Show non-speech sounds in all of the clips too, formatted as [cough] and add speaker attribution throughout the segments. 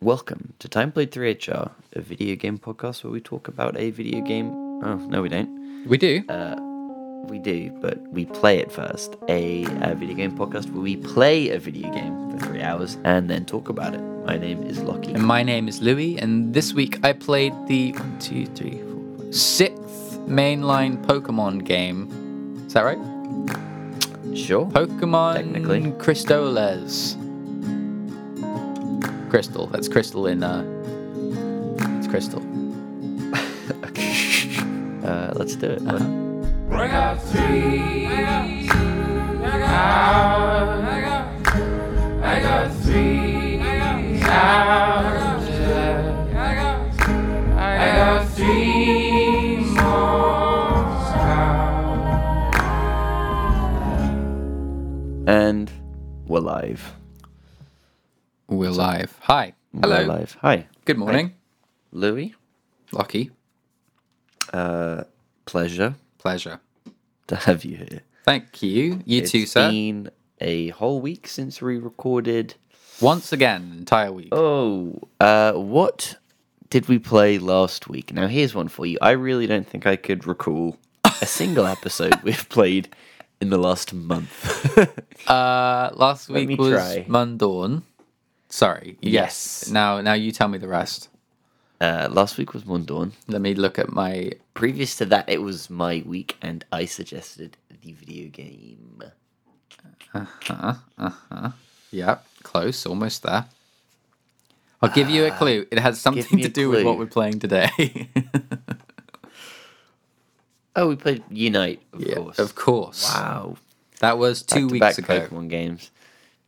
Speaker 1: Welcome to Time Played 3HR, a video game podcast where we talk about a video game. Oh, no, we don't.
Speaker 2: We do.
Speaker 1: Uh, We do, but we play it first. A, uh video game podcast where we play a video game for three hours and then talk about it. My name is Lockie.
Speaker 2: and my name is Louis, and this week I played the one, two, three, four, five, sixth mainline Pokemon game. Is that right?
Speaker 1: Sure.
Speaker 2: Pokemon
Speaker 1: Technically.
Speaker 2: Crystales. Crystal. That's crystal in uh it's crystal.
Speaker 1: Uh, let's do it. And we're live.
Speaker 2: We're live. Hi. Hello.
Speaker 1: We're live. Hi.
Speaker 2: Good morning.
Speaker 1: Louis,
Speaker 2: Lucky.
Speaker 1: pleasure
Speaker 2: Pleasure.
Speaker 1: to have you here.
Speaker 2: Thank you. You too,
Speaker 1: It's
Speaker 2: sir.
Speaker 1: been a whole week since we recorded.
Speaker 2: Once again, entire week.
Speaker 1: Oh, uh, what did we play last week? Now, here's one for you. I really don't think I could recall a single
Speaker 2: [laughs]
Speaker 1: episode we've played in the last month.
Speaker 2: Uh, last week
Speaker 1: me
Speaker 2: was
Speaker 1: try.
Speaker 2: Mundorn. Sorry. Yes.
Speaker 1: Yes.
Speaker 2: Now, now you tell me the rest.
Speaker 1: uh, last week was Mundawn.
Speaker 2: Let me look at my.
Speaker 1: Previous to that, it was my week, and I suggested the video game.
Speaker 2: Yeah, close, almost there. I'll give you a clue. It has something
Speaker 1: Ah, me
Speaker 2: to
Speaker 1: a
Speaker 2: do with what
Speaker 1: clue.
Speaker 2: we're playing today. [laughs]
Speaker 1: Oh, we played Unite, of
Speaker 2: Yeah,
Speaker 1: course.
Speaker 2: Of course.
Speaker 1: Wow.
Speaker 2: That was two
Speaker 1: back
Speaker 2: weeks ago.
Speaker 1: Pokemon games.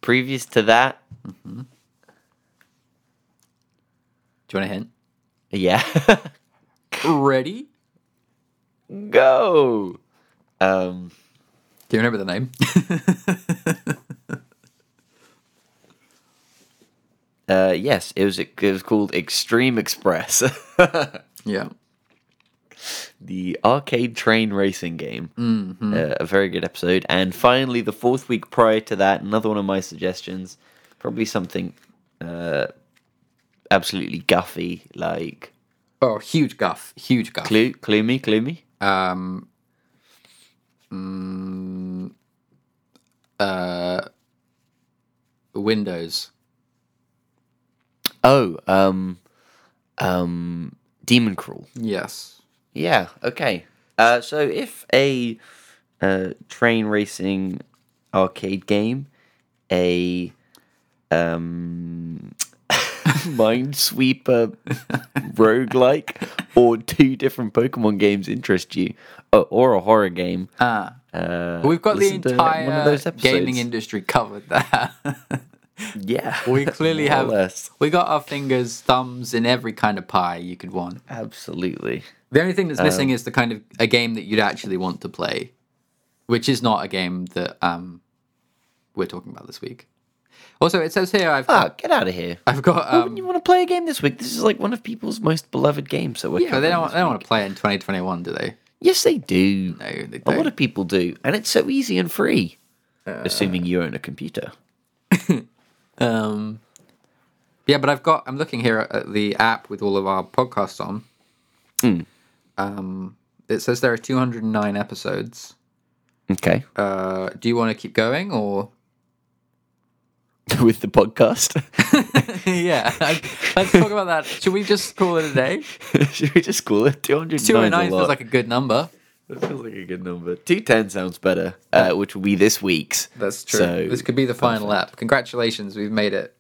Speaker 1: Previous to that,
Speaker 2: Do you want a hint?
Speaker 1: yeah. [laughs]
Speaker 2: Ready?
Speaker 1: Go! Um,
Speaker 2: Do you remember the name? [laughs]
Speaker 1: uh, yes, it was, it was called Extreme Express. [laughs]
Speaker 2: yeah.
Speaker 1: the arcade train racing game. Uh, a very good episode. And finally, the fourth week prior to that, another one of my suggestions, probably something uh, absolutely guffy like
Speaker 2: Oh, huge guff. Huge guff.
Speaker 1: clue, clue me, clue me.
Speaker 2: Um. mm, uh. Windows.
Speaker 1: Oh, um, um, Demon Crawl.
Speaker 2: Yes.
Speaker 1: Yeah. Okay. Uh, so if a uh, train racing arcade game, a um, [laughs] Minesweeper
Speaker 2: [laughs]
Speaker 1: roguelike, or two different Pokemon games interest you, uh, or a horror game,
Speaker 2: Ah.
Speaker 1: uh,
Speaker 2: We've got the
Speaker 1: listen to one of
Speaker 2: entire
Speaker 1: those
Speaker 2: gaming
Speaker 1: episodes.
Speaker 2: industry covered there. [laughs]
Speaker 1: yeah, [laughs]
Speaker 2: we clearly
Speaker 1: more or
Speaker 2: have.
Speaker 1: less.
Speaker 2: We got our fingers, thumbs in every kind of pie you could want.
Speaker 1: absolutely.
Speaker 2: The only thing that's
Speaker 1: Um,
Speaker 2: missing is the kind of a game that you'd actually want to play, which is not a game that um we're talking about this week. Also, it says here I've
Speaker 1: Ah, get out of here.
Speaker 2: I've got
Speaker 1: Why
Speaker 2: Uh, um,
Speaker 1: wouldn't you want to play a game this week? This is like one of people's most beloved games. So we're
Speaker 2: Yeah, but
Speaker 1: covering
Speaker 2: they don't.
Speaker 1: this
Speaker 2: They don't want to play it in 2021, do they?
Speaker 1: Yes, they do.
Speaker 2: No, they
Speaker 1: a lot
Speaker 2: don't.
Speaker 1: of people do, and it's so easy and free, assuming you own a computer.
Speaker 2: Um, yeah, but I've got. I'm looking here at- at the app with all of our podcasts on.
Speaker 1: Hmm.
Speaker 2: Um, it says there are 209 episodes.
Speaker 1: Okay, [laughs]
Speaker 2: Uh, do you want to keep going or?
Speaker 1: with the podcast,
Speaker 2: [laughs] yeah, I- let's talk about that. Should we just call it a day?
Speaker 1: [laughs] should we just call it two hundred nine?
Speaker 2: 209 feels like a good number.
Speaker 1: that feels like a good number. Two ten sounds better, uh, which will be this week's.
Speaker 2: That's true.
Speaker 1: So-
Speaker 2: this could be the final app. Congratulations, we've made it.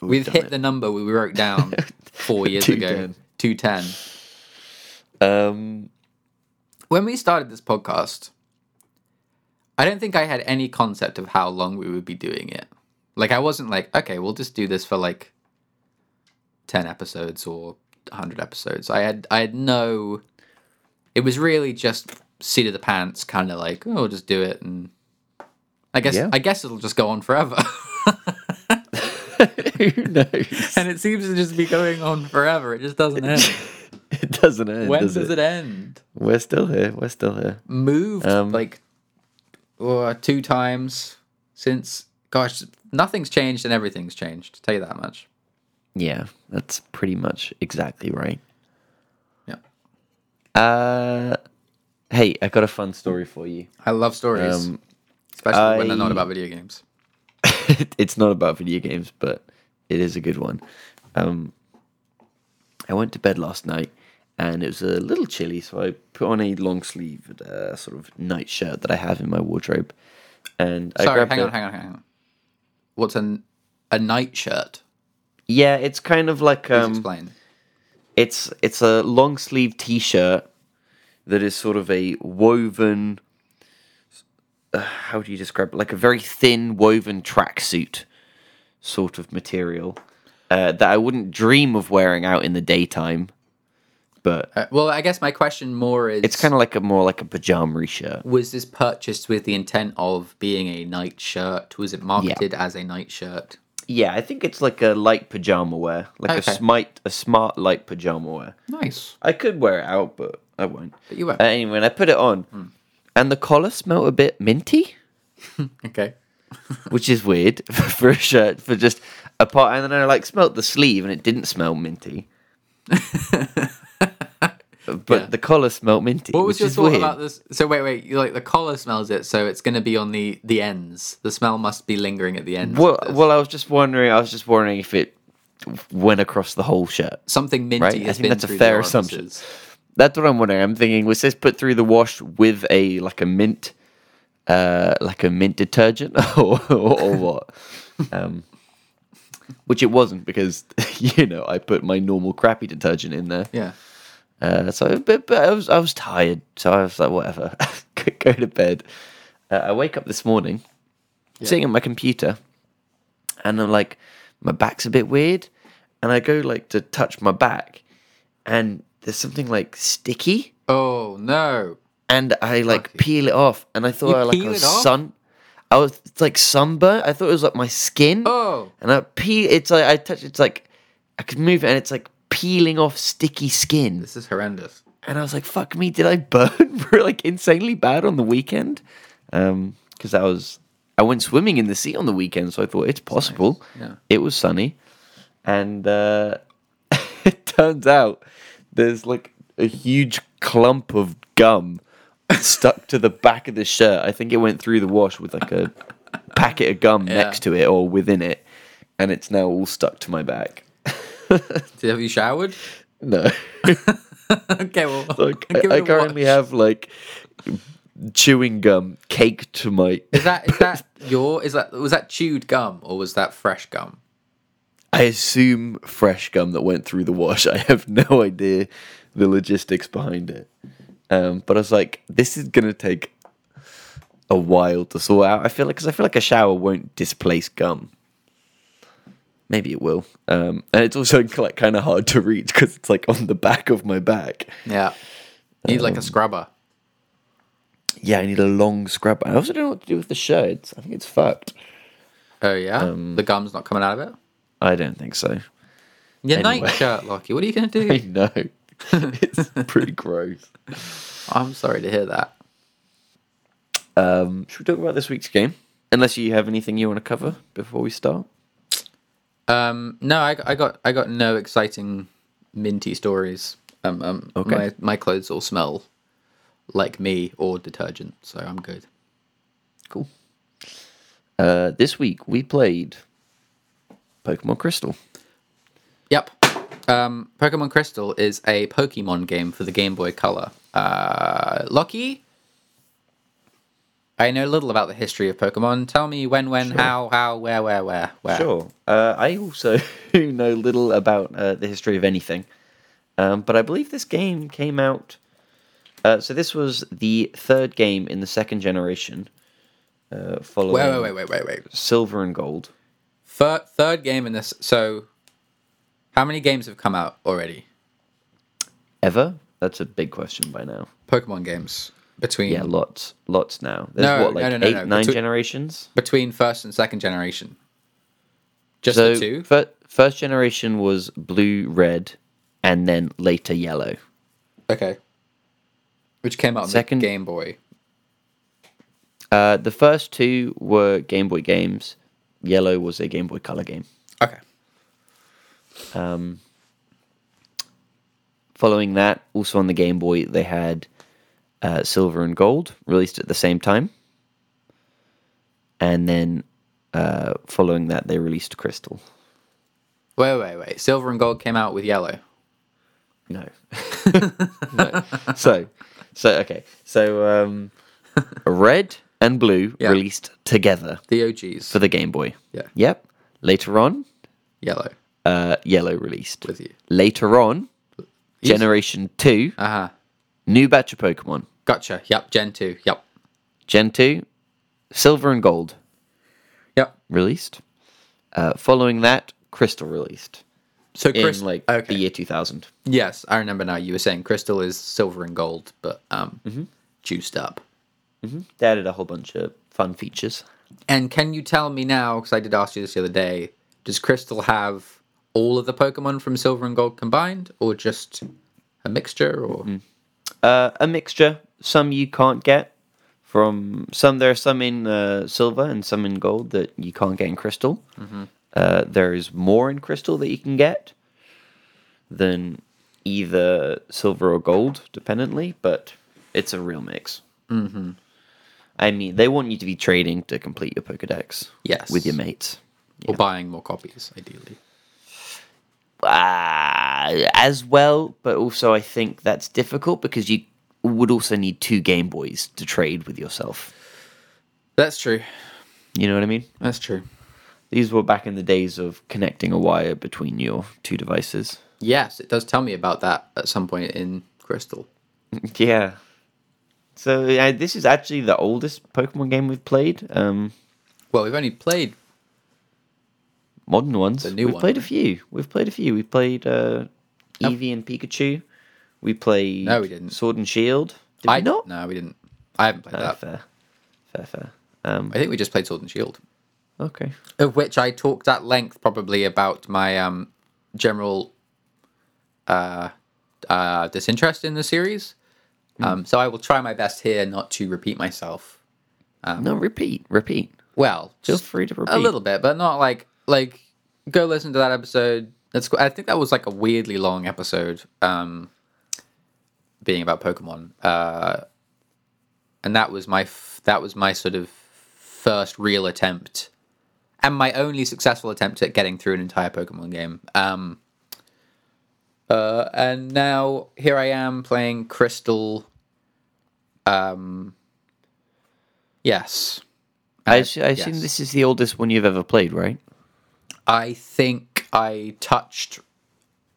Speaker 2: We've,
Speaker 1: done
Speaker 2: hit
Speaker 1: it.
Speaker 2: the number we wrote [laughs] down four years ago.
Speaker 1: 210.
Speaker 2: 210.
Speaker 1: Um,
Speaker 2: when we started this podcast, I don't think I had any concept of how long we would be doing it. Like, I wasn't like, okay, we'll just do this for like 10 episodes or 100 episodes. I had, I had no, it was really just seat of the pants, kind of like, oh, we'll just do it. And I guess,
Speaker 1: Yeah.
Speaker 2: I guess it'll just go on forever.
Speaker 1: [laughs]
Speaker 2: [laughs]
Speaker 1: who knows?
Speaker 2: and it seems to just be going on forever. It just doesn't end.
Speaker 1: [laughs] It doesn't end.
Speaker 2: when
Speaker 1: does, it?
Speaker 2: it end?
Speaker 1: We're still here. We're still here.
Speaker 2: moved
Speaker 1: Um,
Speaker 2: like uh, two times since gosh nothing's changed and everything's changed tell you that much
Speaker 1: Yeah, that's pretty much exactly right.
Speaker 2: Yeah.
Speaker 1: Uh, hey, I got a fun story for you.
Speaker 2: I love stories,
Speaker 1: Um,
Speaker 2: especially when they're
Speaker 1: I-
Speaker 2: not about video games.
Speaker 1: it's not about video games, but it is a good one. Um, I went to bed last night and it was a little chilly, so I put on a long sleeved uh, sort of night shirt that I have in my wardrobe. And I
Speaker 2: Sorry,
Speaker 1: grabbed
Speaker 2: hang
Speaker 1: a-
Speaker 2: on, hang on, hang on. What's an a night shirt?
Speaker 1: Yeah, it's kind of like
Speaker 2: Please
Speaker 1: um,
Speaker 2: explain.
Speaker 1: it's it's a long sleeve t shirt that is sort of a woven. Uh, how do you describe it? Like a very thin woven tracksuit sort of material uh, that I wouldn't dream of wearing out in the daytime, but
Speaker 2: Uh, well, I guess my question more is:
Speaker 1: it's kind of like a more like a pajama shirt.
Speaker 2: was this purchased with the intent of being a night shirt? Was it marketed as a night shirt?
Speaker 1: Yeah, I think it's like a light pajama wear, like
Speaker 2: Okay.
Speaker 1: a smite, a smart light pajama wear.
Speaker 2: Nice,
Speaker 1: I could wear it out, but I won't.
Speaker 2: but you Hmm. were
Speaker 1: Uh, anyway, and I put it on, and the collar smelled a bit minty,
Speaker 2: okay.
Speaker 1: which is weird [laughs] for a shirt for just a part. And then I like smelt the sleeve, and it didn't smell
Speaker 2: [laughs]
Speaker 1: minty. but the collar smelled minty.
Speaker 2: What was
Speaker 1: which
Speaker 2: your
Speaker 1: is
Speaker 2: thought
Speaker 1: weird.
Speaker 2: about this? So wait, wait. You like the collar smells it, so it's going to be on the the ends. The smell must be lingering at the ends. Uh, of
Speaker 1: Well,
Speaker 2: this.
Speaker 1: well, I was just wondering. I was just wondering if it went across the whole shirt.
Speaker 2: something minty
Speaker 1: right, I
Speaker 2: has
Speaker 1: think
Speaker 2: been
Speaker 1: that's a
Speaker 2: through
Speaker 1: fair
Speaker 2: the
Speaker 1: assumption.
Speaker 2: orifices.
Speaker 1: That's what I'm wondering. I'm thinking was this put through the wash with a like a mint, uh, like a mint detergent [laughs] or, or, or
Speaker 2: [laughs]
Speaker 1: what? Um, which it wasn't because [laughs] you know I put my normal crappy detergent in there.
Speaker 2: Yeah.
Speaker 1: Uh, so, but, but I was I was tired, so I was like, whatever, [laughs] go, go to bed. Uh, I wake up this morning, sitting at my computer, and I'm like, my back's a bit weird, and I go like to touch my back, and there's something like sticky,
Speaker 2: Oh no.
Speaker 1: and I like peel it off, and I thought I like I
Speaker 2: peel
Speaker 1: was
Speaker 2: it off?
Speaker 1: sun, I was it's like sunburn. I thought it was like my skin,
Speaker 2: Oh.
Speaker 1: and I peel. It's like I touch. It's like I could move it, and it's like peeling off sticky skin.
Speaker 2: This is horrendous.
Speaker 1: And I was like, fuck me, did I burn [laughs] for like insanely bad on the weekend? Um, because I was I went swimming in the sea on the weekend, so I thought it's possible.
Speaker 2: Yeah.
Speaker 1: It was sunny. And uh [laughs] it turns out there's like a huge clump of gum stuck to the back of the shirt. I think it went through the wash with like a packet of gum next to it or within it, and it's now all stuck to my back.
Speaker 2: Did, have you showered? [laughs]
Speaker 1: No. [laughs]
Speaker 2: okay, well,
Speaker 1: Look,
Speaker 2: [laughs] give it
Speaker 1: I, I
Speaker 2: a
Speaker 1: currently
Speaker 2: watch.
Speaker 1: have like chewing gum caked to my.
Speaker 2: Is that is that your is that was that chewed gum or was that fresh gum?
Speaker 1: I assume fresh gum that went through the wash. [laughs] I have no idea the logistics behind it. Um, but I was like, this is gonna take a while to sort out. I feel like because I feel like a shower won't displace gum. Maybe it will, um, and it's also like kind of hard to reach because it's like on the back of my back.
Speaker 2: Yeah. You need like
Speaker 1: Um,
Speaker 2: a scrubber.
Speaker 1: Yeah, I need a long scrub. I also don't know what to do with the shirt. It's- I think it's fucked.
Speaker 2: Oh yeah.
Speaker 1: um,
Speaker 2: the gum's not coming out of it.
Speaker 1: I don't think so.
Speaker 2: Your night
Speaker 1: anyway.
Speaker 2: shirt, Lockie. What are you gonna
Speaker 1: [laughs] I
Speaker 2: do?
Speaker 1: know. it's pretty gross.
Speaker 2: I'm sorry to hear that.
Speaker 1: Um, should we talk about this week's game? Unless you have anything you want to cover before we start.
Speaker 2: Um, no, I, I got I got no exciting minty stories. Um, um my, my clothes all smell like me or detergent, so I'm good.
Speaker 1: Cool. Uh, this week we played Pokemon Crystal.
Speaker 2: Yep. Um, Pokemon Crystal is a Pokemon game for the Game Boy Color. Uh, Lucky, I know little about the history of Pokemon. Tell me when, when, how, how, where, where, where, where.
Speaker 1: Sure. Uh, I also [laughs] know little about uh, the history of anything, um, but I believe this game came out. Uh, so this was the third game in the second generation, uh, following
Speaker 2: Wait, wait, wait, wait, wait, wait.
Speaker 1: Silver and Gold.
Speaker 2: Third, third game in this. So, how many games have come out already?
Speaker 1: Ever? That's a big question by now.
Speaker 2: Pokemon games between
Speaker 1: Yeah, lots, lots now. There's
Speaker 2: No,
Speaker 1: what
Speaker 2: no,
Speaker 1: like
Speaker 2: no, no,
Speaker 1: eight,
Speaker 2: no.
Speaker 1: nine
Speaker 2: Betwe-
Speaker 1: generations.
Speaker 2: between first and second generation. Just
Speaker 1: So
Speaker 2: the two.
Speaker 1: fir- first generation was blue, red, and then later yellow.
Speaker 2: Okay. Which came out on
Speaker 1: Second-
Speaker 2: the Game Boy.
Speaker 1: Uh, the first two were Game Boy games. Yellow was a Game Boy Color game.
Speaker 2: Okay.
Speaker 1: Um, following that, also on the Game Boy, they had uh, Silver and Gold released at the same time. And then uh, following that, they released Crystal.
Speaker 2: Wait, wait, wait. Silver and gold came out with yellow. [laughs]
Speaker 1: No. No. [laughs] So, so okay. So, um, red and blue
Speaker 2: Yeah.
Speaker 1: released together
Speaker 2: The OGs.
Speaker 1: for the Game Boy.
Speaker 2: Yeah.
Speaker 1: Yep. Later on,
Speaker 2: Yellow
Speaker 1: uh, yellow released.
Speaker 2: with you.
Speaker 1: Later on, Generation Two,
Speaker 2: Uh huh.
Speaker 1: new batch of Pokemon.
Speaker 2: Gotcha. Yep. Gen 2. Yep.
Speaker 1: Gen two, silver and gold
Speaker 2: Yep.
Speaker 1: released. Uh, following that, crystal released
Speaker 2: So
Speaker 1: in
Speaker 2: Crystal.
Speaker 1: like
Speaker 2: okay.
Speaker 1: the year two thousand.
Speaker 2: Yes, I remember now. You were saying Crystal is silver and gold, but um,
Speaker 1: Mm-hmm.
Speaker 2: juiced up.
Speaker 1: They added a whole bunch of fun features.
Speaker 2: And can you tell me now, because I did ask you this the other day, does Crystal have all of the Pokemon from Silver and Gold combined, or just a mixture? Or
Speaker 1: Uh, a mixture. Some you can't get from some. There are some in uh, silver and some in gold that you can't get in crystal. Uh, there is more in crystal that you can get than either silver or gold, dependently. But it's a real mix. Mm-hmm. I mean, they want you to be trading to complete your Pokedex.
Speaker 2: Yes.
Speaker 1: with your mates.
Speaker 2: or buying more copies, ideally.
Speaker 1: uh, as well, but also I think that's difficult because you would also need two Game Boys to trade with yourself.
Speaker 2: That's true.
Speaker 1: You know what I mean?
Speaker 2: That's true.
Speaker 1: These were back in the days of connecting a wire between your two devices.
Speaker 2: Yes, it does tell me about that at some point in Crystal.
Speaker 1: [laughs] Yeah. So uh, this is actually the oldest Pokemon game we've played. Um,
Speaker 2: Well, we've only played.
Speaker 1: modern ones.
Speaker 2: The new
Speaker 1: we've
Speaker 2: one,
Speaker 1: played a
Speaker 2: right?
Speaker 1: few. We've played a few. We played uh, Eevee and Pikachu. We played
Speaker 2: No, we didn't.
Speaker 1: Sword and Shield. Did
Speaker 2: I
Speaker 1: we not?
Speaker 2: No, we didn't. I haven't played
Speaker 1: Ah,
Speaker 2: that.
Speaker 1: fair, fair, fair. Um,
Speaker 2: I think we just played Sword and Shield.
Speaker 1: okay.
Speaker 2: of which I talked at length probably about my um, general uh, uh, disinterest in the series.
Speaker 1: Hmm.
Speaker 2: Um, so I will try my best here not to repeat myself.
Speaker 1: no, repeat, repeat.
Speaker 2: Well,
Speaker 1: Feel
Speaker 2: just
Speaker 1: free to repeat.
Speaker 2: a little bit, but not like like go listen to that episode. That's cool. I think that was like a weirdly long episode, um, being about Pokemon, uh, and that was my f- that was my sort of first real attempt, and my only successful attempt at getting through an entire Pokemon game. Um, uh, and now here I am playing Crystal. Um, yes,
Speaker 1: I, assu- I assume
Speaker 2: yes.
Speaker 1: this is the oldest one you've ever played, right?
Speaker 2: I think I touched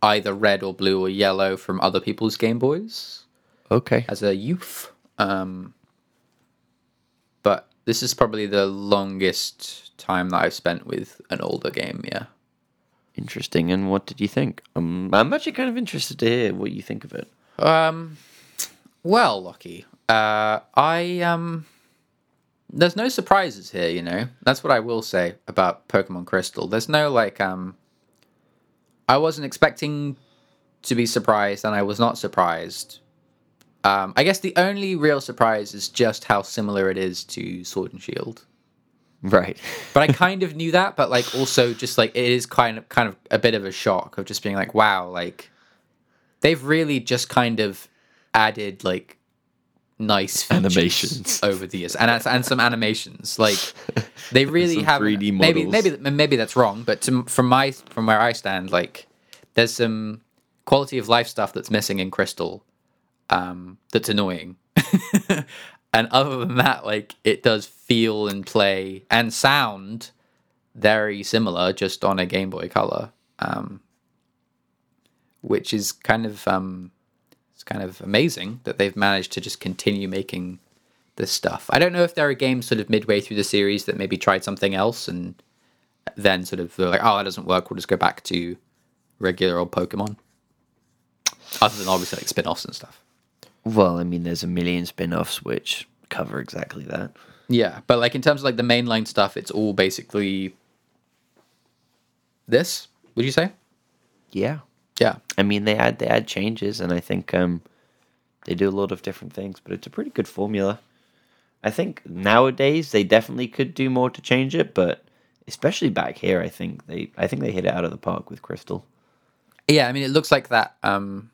Speaker 2: either red or blue or yellow from other people's Game Boys
Speaker 1: Okay.
Speaker 2: as a youth. Um, but this is probably the longest time that I've spent with an older game, yeah.
Speaker 1: Interesting. And what did you think? Um, I'm actually kind of interested to hear what you think of it.
Speaker 2: Um, well, Lockie, uh, I um, there's no surprises here, you know. That's what I will say about Pokemon Crystal. There's no like um, I wasn't expecting to be surprised, and I was not surprised. Um, I guess the only real surprise is just how similar it is to Sword and Shield.
Speaker 1: Right.
Speaker 2: But I kind of knew that, but like also just like it is kind of kind of a bit of a shock of just being like, wow, like they've really just kind of added like nice features
Speaker 1: Animations.
Speaker 2: over the years and and some animations like they really
Speaker 1: Some
Speaker 2: have
Speaker 1: 3D
Speaker 2: maybe
Speaker 1: models.
Speaker 2: maybe maybe that's wrong but to, from my from where I stand like there's some quality of life stuff that's missing in crystal um that's annoying [laughs] and other than that like it does feel and play and sound very similar just on a game boy color um which is kind of um it's kind of amazing that they've managed to just continue making this stuff. I don't know if there are games sort of midway through the series that maybe tried something else and then sort of were like, oh, that doesn't work. We'll just go back to regular old Pokemon. Other than obviously like spin offs and stuff.
Speaker 1: [laughs] Well, I mean, there's a million spin offs which cover exactly that.
Speaker 2: Yeah, but like in terms of like the mainline stuff, it's all basically this. Would you say?
Speaker 1: Yeah.
Speaker 2: Yeah.
Speaker 1: I mean, they add they add changes, and I think um, they do a lot of different things. But it's a pretty good formula. I think nowadays they definitely could do more to change it, but especially back here, I think they I think they hit it out of the park with Crystal.
Speaker 2: Yeah, I mean, it looks like that um,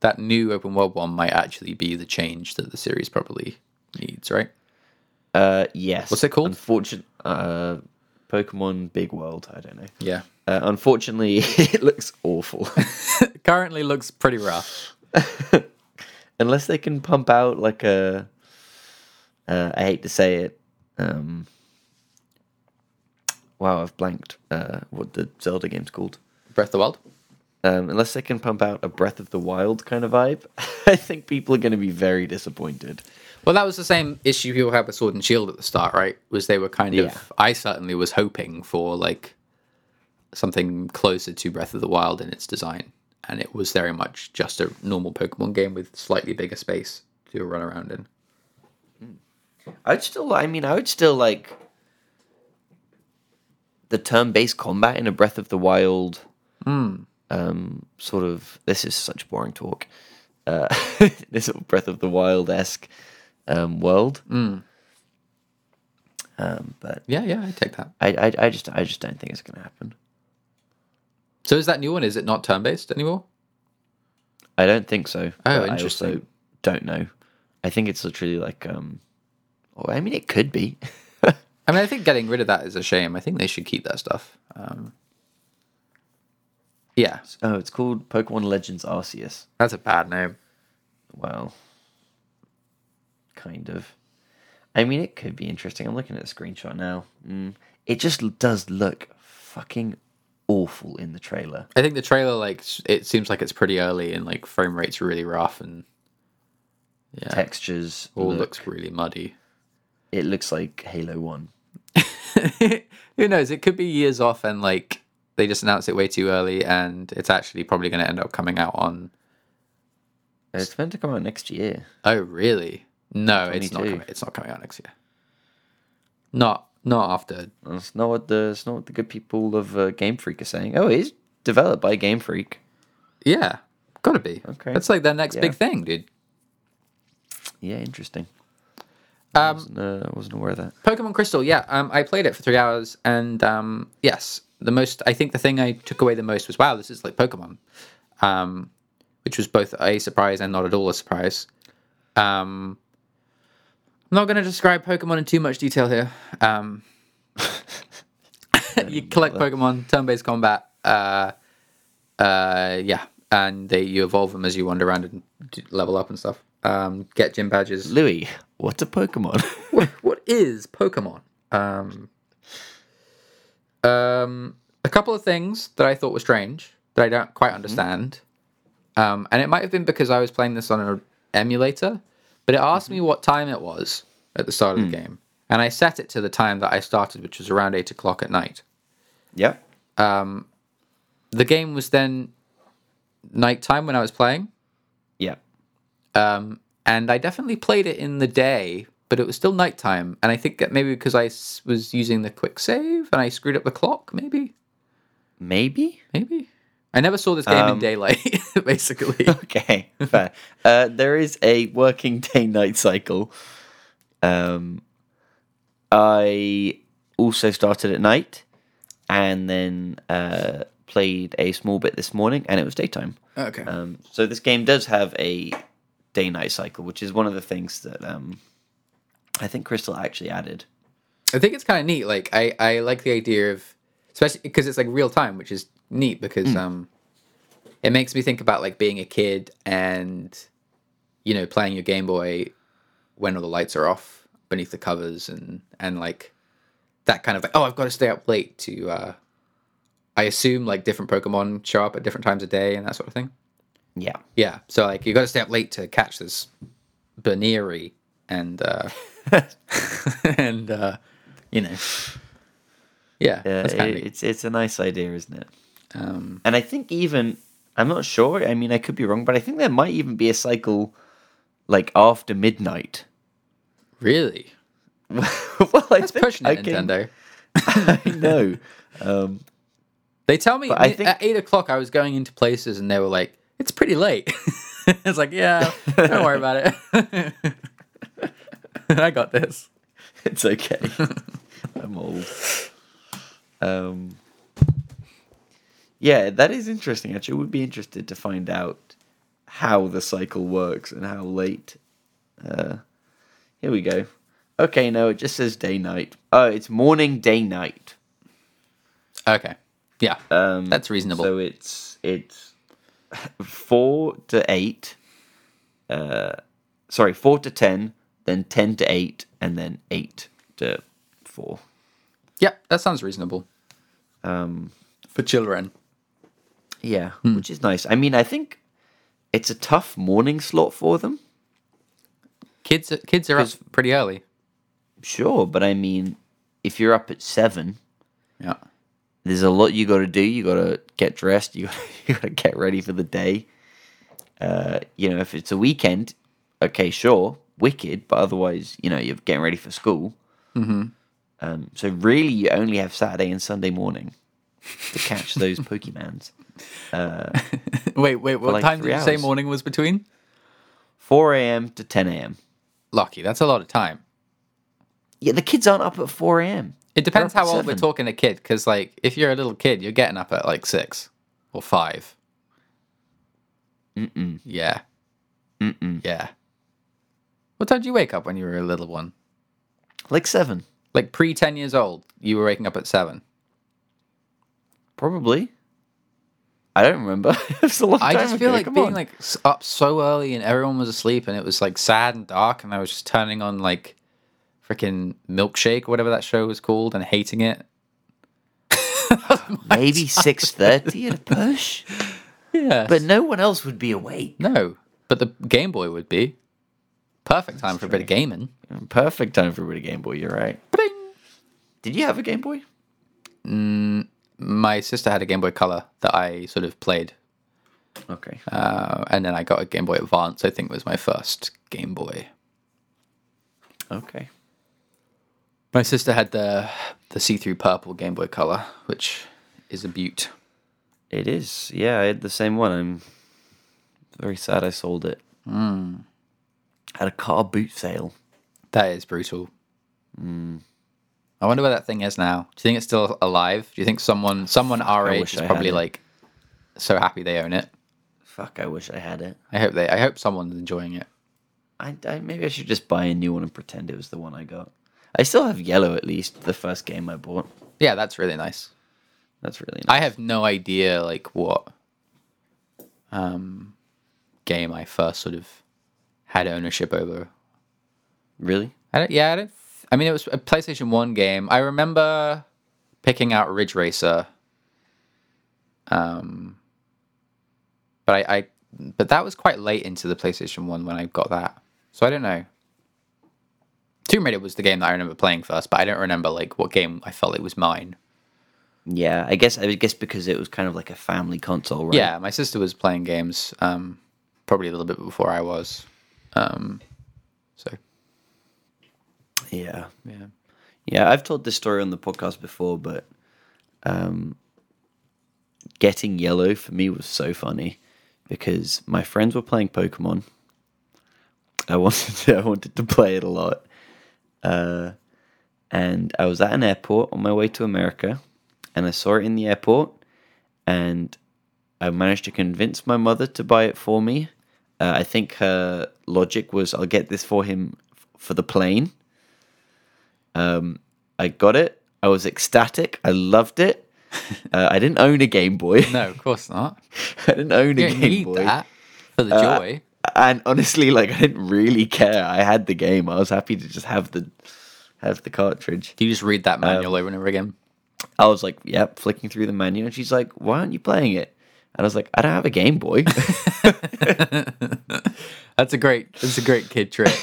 Speaker 2: that new open world one might actually be the change that the series probably needs, right?
Speaker 1: Uh, yes.
Speaker 2: What's it called?
Speaker 1: Unfortunate. Uh, Pokemon Big World. I don't know.
Speaker 2: Yeah,
Speaker 1: Uh, unfortunately, [laughs] it looks awful. [laughs]
Speaker 2: currently looks pretty rough.
Speaker 1: Unless they can pump out like a. Uh, I hate to say it. Um, wow, I've blanked. Uh, what the Zelda game's called.
Speaker 2: Breath of the Wild.
Speaker 1: Um, unless they can pump out a Breath of the Wild kind of vibe, [laughs] I think people are going to be very disappointed.
Speaker 2: Well, that was the same issue people had with Sword and Shield at the start, right? Was they were kind
Speaker 1: Yeah.
Speaker 2: of. I certainly was hoping for like something closer to Breath of the Wild in its design, and it was very much just a normal Pokemon game with slightly bigger space to run around in.
Speaker 1: I'd still, I mean, I would still like the turn-based combat in a Breath of the Wild. Um, sort of. This is such boring talk. Uh, [laughs] this sort of Breath of the Wild esque um, world. Um, but
Speaker 2: Yeah, yeah, I take that.
Speaker 1: I, I, I just, I just don't think it's going to happen.
Speaker 2: So is that new one? Is it not turn based anymore?
Speaker 1: I don't think so. but I also
Speaker 2: interesting.
Speaker 1: don't know. I think it's literally like, um, oh, I mean, it could be. [laughs]
Speaker 2: I mean, I think getting rid of that is a shame. I think they should keep that stuff. Um, yeah,
Speaker 1: oh, it's called Pokemon Legends Arceus.
Speaker 2: that's a bad name.
Speaker 1: Well, kind of. I mean, it could be interesting. I'm looking at a screenshot now. Mm. It just l- does look fucking awful in the trailer.
Speaker 2: I think the trailer, like, s- it seems like it's pretty early and like frame rates really rough and Yeah.
Speaker 1: Textures.
Speaker 2: all
Speaker 1: look-
Speaker 2: looks really muddy.
Speaker 1: It looks like Halo 1.
Speaker 2: [laughs] Who knows? It could be years off and like they just announced it way too early and it's actually probably going to end up coming out on.
Speaker 1: It's meant to come out next year.
Speaker 2: Oh, really? No, it's not.
Speaker 1: 22.
Speaker 2: Coming, it's not coming out next year. Not not after.
Speaker 1: That's not what the, it's not what the good people of uh, Game Freak are saying. Oh, it is developed by Game Freak.
Speaker 2: Yeah, gotta be.
Speaker 1: Okay.
Speaker 2: that's like their next
Speaker 1: Yeah.
Speaker 2: big thing, dude.
Speaker 1: Yeah, interesting. I
Speaker 2: Um,
Speaker 1: wasn't, uh, wasn't aware of that.
Speaker 2: Pokemon Crystal, yeah. Um, I played it for three hours, and um, yes, the most. I think the thing I took away the most was, wow, this is like Pokemon, um, which was both a surprise and not at all a surprise. Um, I'm not going to describe Pokemon in too much detail here. Um, [laughs] you collect Pokemon, turn-based combat. Uh, uh, yeah, and they you evolve them as you wander around and d- level up and stuff. Um, get gym badges
Speaker 1: Louis, what's a
Speaker 2: [laughs]
Speaker 1: Pokemon?
Speaker 2: what, what is Pokemon? Um, um, a couple of things that I thought were strange that I don't quite understand. Um, and it might have been because I was playing this on an emulator, but it asked me what time it was at the start of the game. And I set it to the time that I started, which was around eight o'clock at night. Um,
Speaker 1: yeah.
Speaker 2: The game was then nighttime when I was playing.
Speaker 1: Yeah.
Speaker 2: Um, and I definitely played it in the day, but it was still nighttime. And I think that maybe because I s- was using the quick save and I screwed up the clock, maybe,
Speaker 1: Maybe?
Speaker 2: maybe. I never saw this game in
Speaker 1: Um,
Speaker 2: daylight, [laughs]
Speaker 1: [laughs]
Speaker 2: basically.
Speaker 1: Okay, fair. uh, there is a working [laughs] day night cycle. Um, I also started at night and then uh, played a small bit this morning, and it was daytime.
Speaker 2: okay.
Speaker 1: Um, so this game does have a day night cycle, which is one of the things that um, I think Crystal actually added.
Speaker 2: I think it's kind of neat. Like I, I like the idea of, especially because it's like real time, which is neat because um, it makes me think about like being a kid and, you know, playing your Game Boy when all the lights are off beneath the covers and and like that kind of like oh I've got to stay up late to. uh I assume like different Pokemon show up at different times of day and that sort of thing.
Speaker 1: Yeah.
Speaker 2: Yeah, so like you got to stay up late to catch this Baneri and uh [laughs] and uh you know. Yeah,
Speaker 1: Yeah,
Speaker 2: that's kind
Speaker 1: Uh, it-
Speaker 2: of neat.
Speaker 1: it's it's a nice idea, isn't it?
Speaker 2: Um,
Speaker 1: And I think even I'm not sure. I mean, I could be wrong, but I think there might even be a cycle like after midnight. [laughs]
Speaker 2: really?
Speaker 1: well, I
Speaker 2: That's
Speaker 1: think
Speaker 2: pushing
Speaker 1: I
Speaker 2: it,
Speaker 1: can-
Speaker 2: Nintendo.
Speaker 1: [laughs] I
Speaker 2: [laughs]
Speaker 1: know. Um,
Speaker 2: They tell me
Speaker 1: I
Speaker 2: I
Speaker 1: think-
Speaker 2: at eight o'clock I was going into places and they were like, "It's pretty late." [laughs] it's like, yeah, don't worry about it. [laughs] I got this.
Speaker 1: [laughs] it's okay. I'm old. Um, Yeah, that is interesting. Actually, we'd be interested to find out how the cycle works and how late. Uh, here we go. Okay, no, it just says day night. Oh, it's morning, day night.
Speaker 2: Okay. Yeah.
Speaker 1: Um,
Speaker 2: That's reasonable.
Speaker 1: So it's it's [laughs] four to eight. Uh, sorry, four to ten, then ten to eight, and then eight to four.
Speaker 2: yeah, that sounds reasonable.
Speaker 1: Um,
Speaker 2: For children.
Speaker 1: yeah, which is nice. I mean, I think it's a tough morning slot for them.
Speaker 2: Kids kids are up pretty early.
Speaker 1: Sure, but I mean, if you're up at seven,
Speaker 2: Yeah. [laughs]
Speaker 1: there's a lot you got to do. You got to get dressed. You [laughs] you got to get ready for the day. Uh, you know, if it's a weekend, okay, sure, wicked. But otherwise, you know, you're getting ready for school. Mm-hmm. Um, so really, you only have Saturday and Sunday morning to catch those Pokemans.
Speaker 2: Wait, wait, what
Speaker 1: like
Speaker 2: time did
Speaker 1: three
Speaker 2: you say
Speaker 1: hours.
Speaker 2: morning was between?
Speaker 1: Four a.m. to ten a.m.
Speaker 2: Lucky, that's a lot of time.
Speaker 1: Yeah, the kids aren't up at four a.m.
Speaker 2: It depends
Speaker 1: They're
Speaker 2: how
Speaker 1: up at
Speaker 2: old we're
Speaker 1: seven.
Speaker 2: talking a kid, because like if you're a little kid, you're getting up at like six or five. Mm-mm. Yeah. Mm-mm. Yeah. What time did you wake up when you were a little one?
Speaker 1: Like seven,
Speaker 2: Like pre ten years old, you were waking up at seven.
Speaker 1: probably. I don't remember. [laughs] it's a long
Speaker 2: I
Speaker 1: time
Speaker 2: just feel
Speaker 1: ago,
Speaker 2: like
Speaker 1: come
Speaker 2: being
Speaker 1: on.
Speaker 2: like s- up so early and everyone was asleep and it was like sad and dark and I was just turning on like freaking milkshake or whatever that show was called and hating it.
Speaker 1: maybe
Speaker 2: [laughs]
Speaker 1: six thirty at a push.
Speaker 2: Yeah.
Speaker 1: But no one else would be awake.
Speaker 2: No, but the Game Boy would be perfect time for a bit of gaming.
Speaker 1: Perfect time for a bit of Game Boy, you're right. Did you have a Game Boy?
Speaker 2: My sister had a Game Boy Color that I sort of played,
Speaker 1: Okay.
Speaker 2: uh, and then I got a Game Boy Advance. I think was my first Game Boy.
Speaker 1: Okay.
Speaker 2: My sister had the the see through purple Game Boy Color, which is a beaut.
Speaker 1: It is. Yeah, I had the same one. I'm very sad I sold it. Hmm. Had a car boot sale.
Speaker 2: That is brutal. Mm. I wonder where that thing is now. Do you think it's still alive? Do you think someone someone our
Speaker 1: I
Speaker 2: age
Speaker 1: wish
Speaker 2: is
Speaker 1: I had
Speaker 2: probably
Speaker 1: it.
Speaker 2: like so happy they own it?
Speaker 1: Fuck, I wish I had it.
Speaker 2: I hope they. I hope someone's enjoying it.
Speaker 1: I, I maybe I should just buy a new one and pretend it was the one I got. I still have yellow at least, the first game I bought.
Speaker 2: Yeah, that's really nice.
Speaker 1: That's really nice.
Speaker 2: I have no idea like what um game I first sort of had ownership over.
Speaker 1: Really?
Speaker 2: I don't, yeah, I don't. I mean, it was a PlayStation One game. I remember picking out Ridge Racer. Um, but I, I, but that was quite late into the PlayStation One when I got that, so I don't know. Tomb Raider was the game that I remember playing first, but I don't remember like what game I felt it was mine.
Speaker 1: Yeah, I guess I guess because it was kind of like a family console, right?
Speaker 2: Yeah, my sister was playing games, um, probably a little bit before I was. Um, so
Speaker 1: Yeah.
Speaker 2: yeah,
Speaker 1: Yeah, I've told this story on the podcast before, but um, getting yellow for me was so funny because my friends were playing Pokemon. I [laughs] wanted to, I wanted to play it a lot, uh, and I was at an airport on my way to America, and I saw it in the airport, and I managed to convince my mother to buy it for me. Uh, I think her logic was, "I'll get this for him f- for the plane." Um, I got it. I was ecstatic. I loved
Speaker 2: [laughs]
Speaker 1: it. Uh, I didn't own a Game Boy.
Speaker 2: no, of course not.
Speaker 1: [laughs] I didn't own a
Speaker 2: [laughs] You don't
Speaker 1: Game
Speaker 2: need
Speaker 1: Boy.
Speaker 2: that for the
Speaker 1: Uh,
Speaker 2: joy.
Speaker 1: And honestly, like I didn't really care. I had the game. I was happy to just have the have the cartridge.
Speaker 2: Do you just read that manual over and over again? [laughs]
Speaker 1: I was like, "Yep," flicking through the menu, and she's like, "Why aren't you playing it?" And I was like, "I don't have a Game Boy." [laughs]
Speaker 2: That's a great. That's a great kid trick.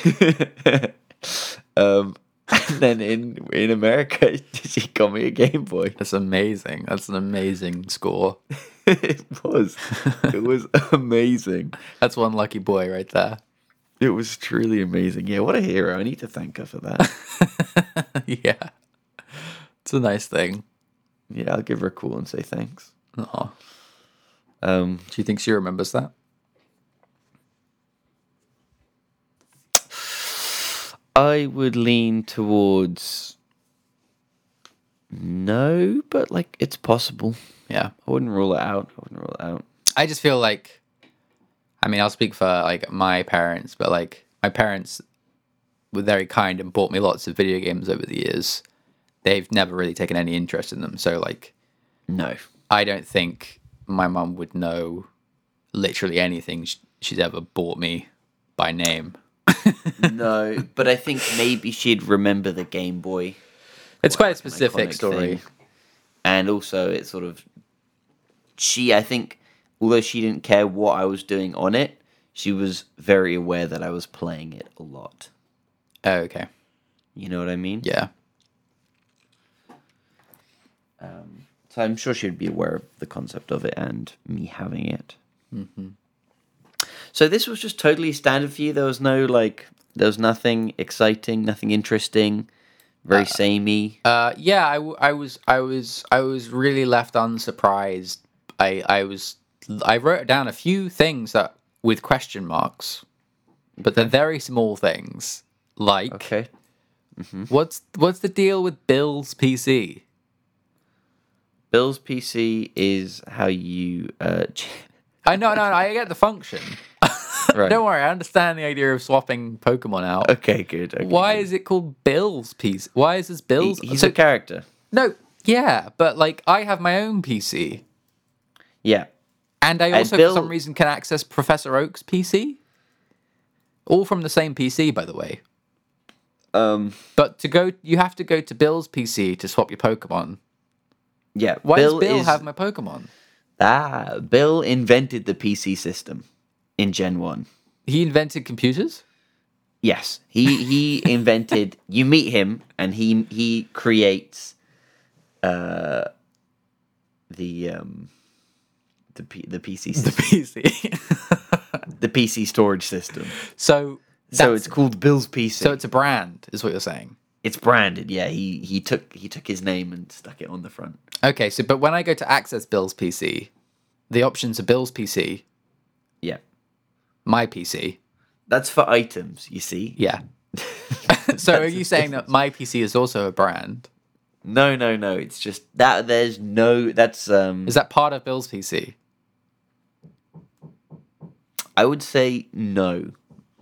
Speaker 1: um, and then in in America, [laughs] she got me a Game Boy. [laughs]
Speaker 2: That's amazing. That's an amazing score.
Speaker 1: it was it was amazing.
Speaker 2: That's one lucky boy right there. [laughs]
Speaker 1: It was truly amazing. Yeah, what a hero. I need to thank her for that.
Speaker 2: yeah, it's a nice thing.
Speaker 1: yeah, I'll give her a call and say thanks.
Speaker 2: Aw.
Speaker 1: Um,
Speaker 2: Do you think she remembers that?
Speaker 1: I would lean towards No, but like it's possible.
Speaker 2: Yeah.
Speaker 1: I wouldn't rule it out. I wouldn't rule it out.
Speaker 2: I just feel like, I mean, I'll speak for like my parents, but like my parents were very kind and bought me lots of video games over the years. They've never really taken any interest in them, so like
Speaker 1: No.
Speaker 2: I don't think my mum would know literally anything sh- she's ever bought me by name.
Speaker 1: [laughs] no, but I think maybe she'd remember the Game Boy
Speaker 2: It's quite a
Speaker 1: iconic
Speaker 2: specific story.
Speaker 1: thing. And also, it sort of. She, I think, although she didn't care what I was doing on it, she was very aware that I was playing it a lot.
Speaker 2: Oh, okay.
Speaker 1: You know what I mean?
Speaker 2: Yeah.
Speaker 1: So I'm sure she'd be aware of the concept of it and me having it. Mm-hmm. So this was just totally standard for you. There was no like, there was nothing exciting, nothing interesting, very samey.
Speaker 2: Uh, yeah, I, w- I was I was I was really left unsurprised. I I was I wrote down a few things that with question marks, but they're very small things. Like
Speaker 1: Okay.
Speaker 2: what's what's the deal with Bill's PC?
Speaker 1: Bill's PC is how you. Uh, [laughs] ch-
Speaker 2: I no no no. I get
Speaker 1: [laughs]
Speaker 2: the function.
Speaker 1: right.
Speaker 2: Don't worry, I understand the idea of swapping Pokemon out.
Speaker 1: Okay, good. okay,
Speaker 2: Why
Speaker 1: good.
Speaker 2: is it called Bill's PC? Why is this Bill's?
Speaker 1: He- he's
Speaker 2: so-
Speaker 1: a character?
Speaker 2: no, yeah, but like I have my own PC.
Speaker 1: Yeah.
Speaker 2: And I also,
Speaker 1: Bill-
Speaker 2: for some reason, can access Professor Oak's PC. All from the same PC, by the way.
Speaker 1: Um.
Speaker 2: But to go, you have to go to Bill's PC to swap your Pokemon.
Speaker 1: Yeah.
Speaker 2: Why
Speaker 1: Bill
Speaker 2: does Bill
Speaker 1: is,
Speaker 2: have my Pokemon?
Speaker 1: ah, Bill invented the PC system in Gen One.
Speaker 2: He invented computers.
Speaker 1: Yes, he he
Speaker 2: [laughs]
Speaker 1: invented. You meet him, and he he creates, uh, the um, the P, [laughs] the PC
Speaker 2: The
Speaker 1: system,
Speaker 2: PC.
Speaker 1: the PC storage system.
Speaker 2: [laughs]
Speaker 1: So
Speaker 2: so, that's-
Speaker 1: it's called Bill's PC.
Speaker 2: so it's a brand, is what you're saying.
Speaker 1: it's branded. Yeah, he he took he took his name and stuck it on the front.
Speaker 2: Okay, so but when I go to access Bill's PC, the options are Bill's PC,
Speaker 1: Yeah,
Speaker 2: my PC.
Speaker 1: that's for items. You see.
Speaker 2: Yeah. [laughs] so are you saying that my PC is also a brand?
Speaker 1: No, no, no. It's just that there's no. That's um.
Speaker 2: Is that part of Bill's PC?
Speaker 1: I would say no,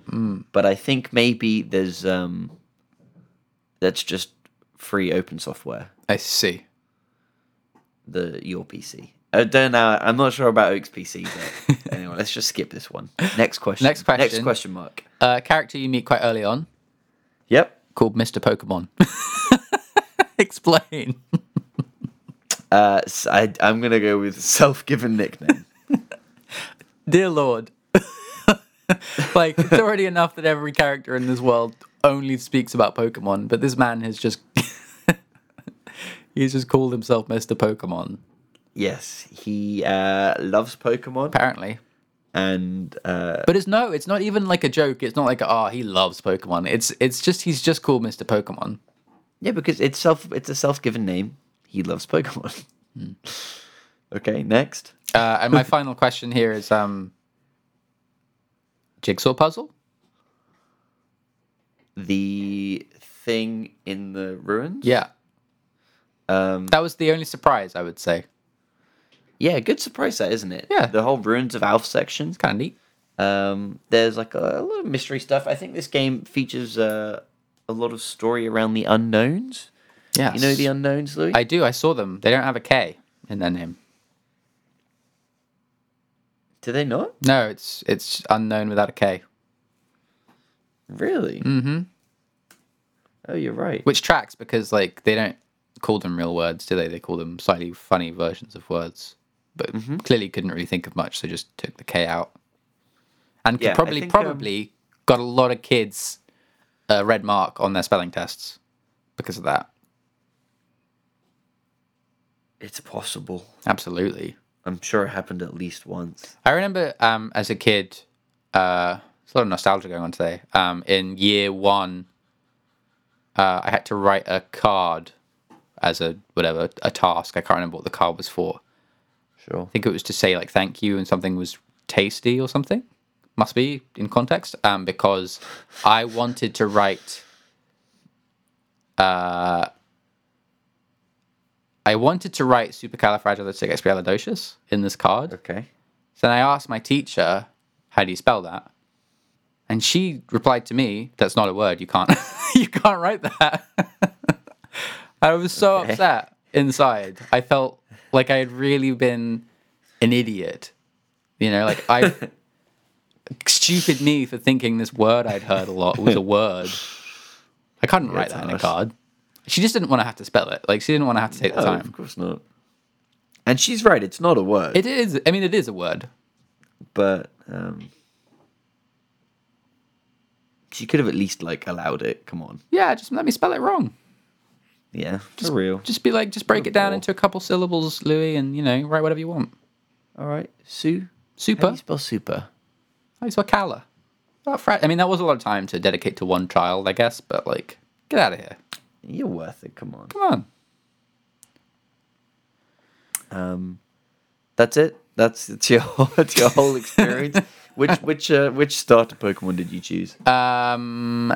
Speaker 2: Hmm.
Speaker 1: but I think maybe there's um. That's just free open software.
Speaker 2: I see.
Speaker 1: The your PC. I don't know. I'm not sure about Oak's PC,
Speaker 2: [laughs]
Speaker 1: but anyway, let's just skip this one. Next question.
Speaker 2: Next
Speaker 1: Next
Speaker 2: question.
Speaker 1: question mark.
Speaker 2: a Uh, character you meet quite early on
Speaker 1: Yep.
Speaker 2: called Mr. Pokemon. [laughs] Explain.
Speaker 1: Uh, s I, I'm gonna go with [laughs] self-given nickname.
Speaker 2: Dear Lord. [laughs] like, it's already enough that every character in this world only speaks about Pokemon, but this man has just. [laughs] he's just called himself Mr. Pokemon,
Speaker 1: yes, he uh, loves Pokemon,
Speaker 2: apparently.
Speaker 1: and uh,
Speaker 2: But it's no, it's not even like a joke. It's not like, oh, he loves Pokemon. It's it's just, he's just called Mr. Pokemon.
Speaker 1: Yeah, because it's self it's a self given name. He loves Pokemon.
Speaker 2: Hmm.
Speaker 1: [laughs] okay, next.
Speaker 2: Uh,
Speaker 1: [laughs]
Speaker 2: and my final question here is um, Jigsaw Puzzle?
Speaker 1: The thing in the ruins.
Speaker 2: Yeah.
Speaker 1: Um
Speaker 2: That was the only surprise, I would say.
Speaker 1: yeah, good surprise that, isn't it?
Speaker 2: Yeah.
Speaker 1: The whole ruins of Alf section.
Speaker 2: Kind of neat.
Speaker 1: Um there's like a, lot of mystery stuff. I think this game features uh, a lot of story around the unknowns.
Speaker 2: Yeah.
Speaker 1: You know the unknowns, Louis?
Speaker 2: I do. I saw them. They don't have a K in their name.
Speaker 1: Do they not?
Speaker 2: No, it's it's unknown without a K.
Speaker 1: Really? Mm-hmm. Oh you're right.
Speaker 2: Which tracks because like they don't call them real words, do they? They call them slightly funny versions of words. But
Speaker 1: Mm-hmm.
Speaker 2: clearly couldn't really think of much, so just took the K out. And could
Speaker 1: Yeah, I
Speaker 2: probably
Speaker 1: think, um,
Speaker 2: probably got a lot of kids a red mark on their spelling tests because of that.
Speaker 1: It's possible.
Speaker 2: Absolutely.
Speaker 1: I'm sure it happened at least once.
Speaker 2: I remember um, as a kid, uh, there's a lot of nostalgia going on today. Um, in year one, uh, I had to write a card as a whatever a task. I can't remember what the card was for.
Speaker 1: Sure.
Speaker 2: I think it was to say like thank you and something was tasty or something. Must be in context um, because I wanted to write. Uh, I wanted to write supercalifragilisticexpialidocious in this card.
Speaker 1: Okay.
Speaker 2: So then I asked my teacher, "How do you spell that?" And she replied to me, "That's not a word. You can't. [laughs] you can't write that." [laughs] I was so upset inside. I felt like I had really been an idiot. You know, like
Speaker 1: [laughs]
Speaker 2: I stupid me for thinking this word I'd heard a lot was a word. I couldn't write that in a
Speaker 1: harsh.
Speaker 2: card. She just didn't want to have to spell it. Like she didn't want to have to take the
Speaker 1: Oh,
Speaker 2: time.
Speaker 1: of course not. And she's right. It's not a word,
Speaker 2: It is. I mean, it is a word.
Speaker 1: but um, she could have at least like allowed it. Come on.
Speaker 2: Yeah, just let me spell it wrong.
Speaker 1: Yeah, for real.
Speaker 2: Just be like, just break it down
Speaker 1: ball.
Speaker 2: into a couple syllables, Louis, and you know, write whatever you want.
Speaker 1: All right, Sue. How do
Speaker 2: Super.
Speaker 1: you spell super?
Speaker 2: I saw Cala. Not fra- I mean, that was a lot of time to dedicate to one child, I guess, but like, get out of here.
Speaker 1: You're worth it. Come on.
Speaker 2: Come on.
Speaker 1: Um, that's it. That's it's your [laughs] it's your whole [laughs] experience. which which uh, which starter Pokemon did you choose?
Speaker 2: Um,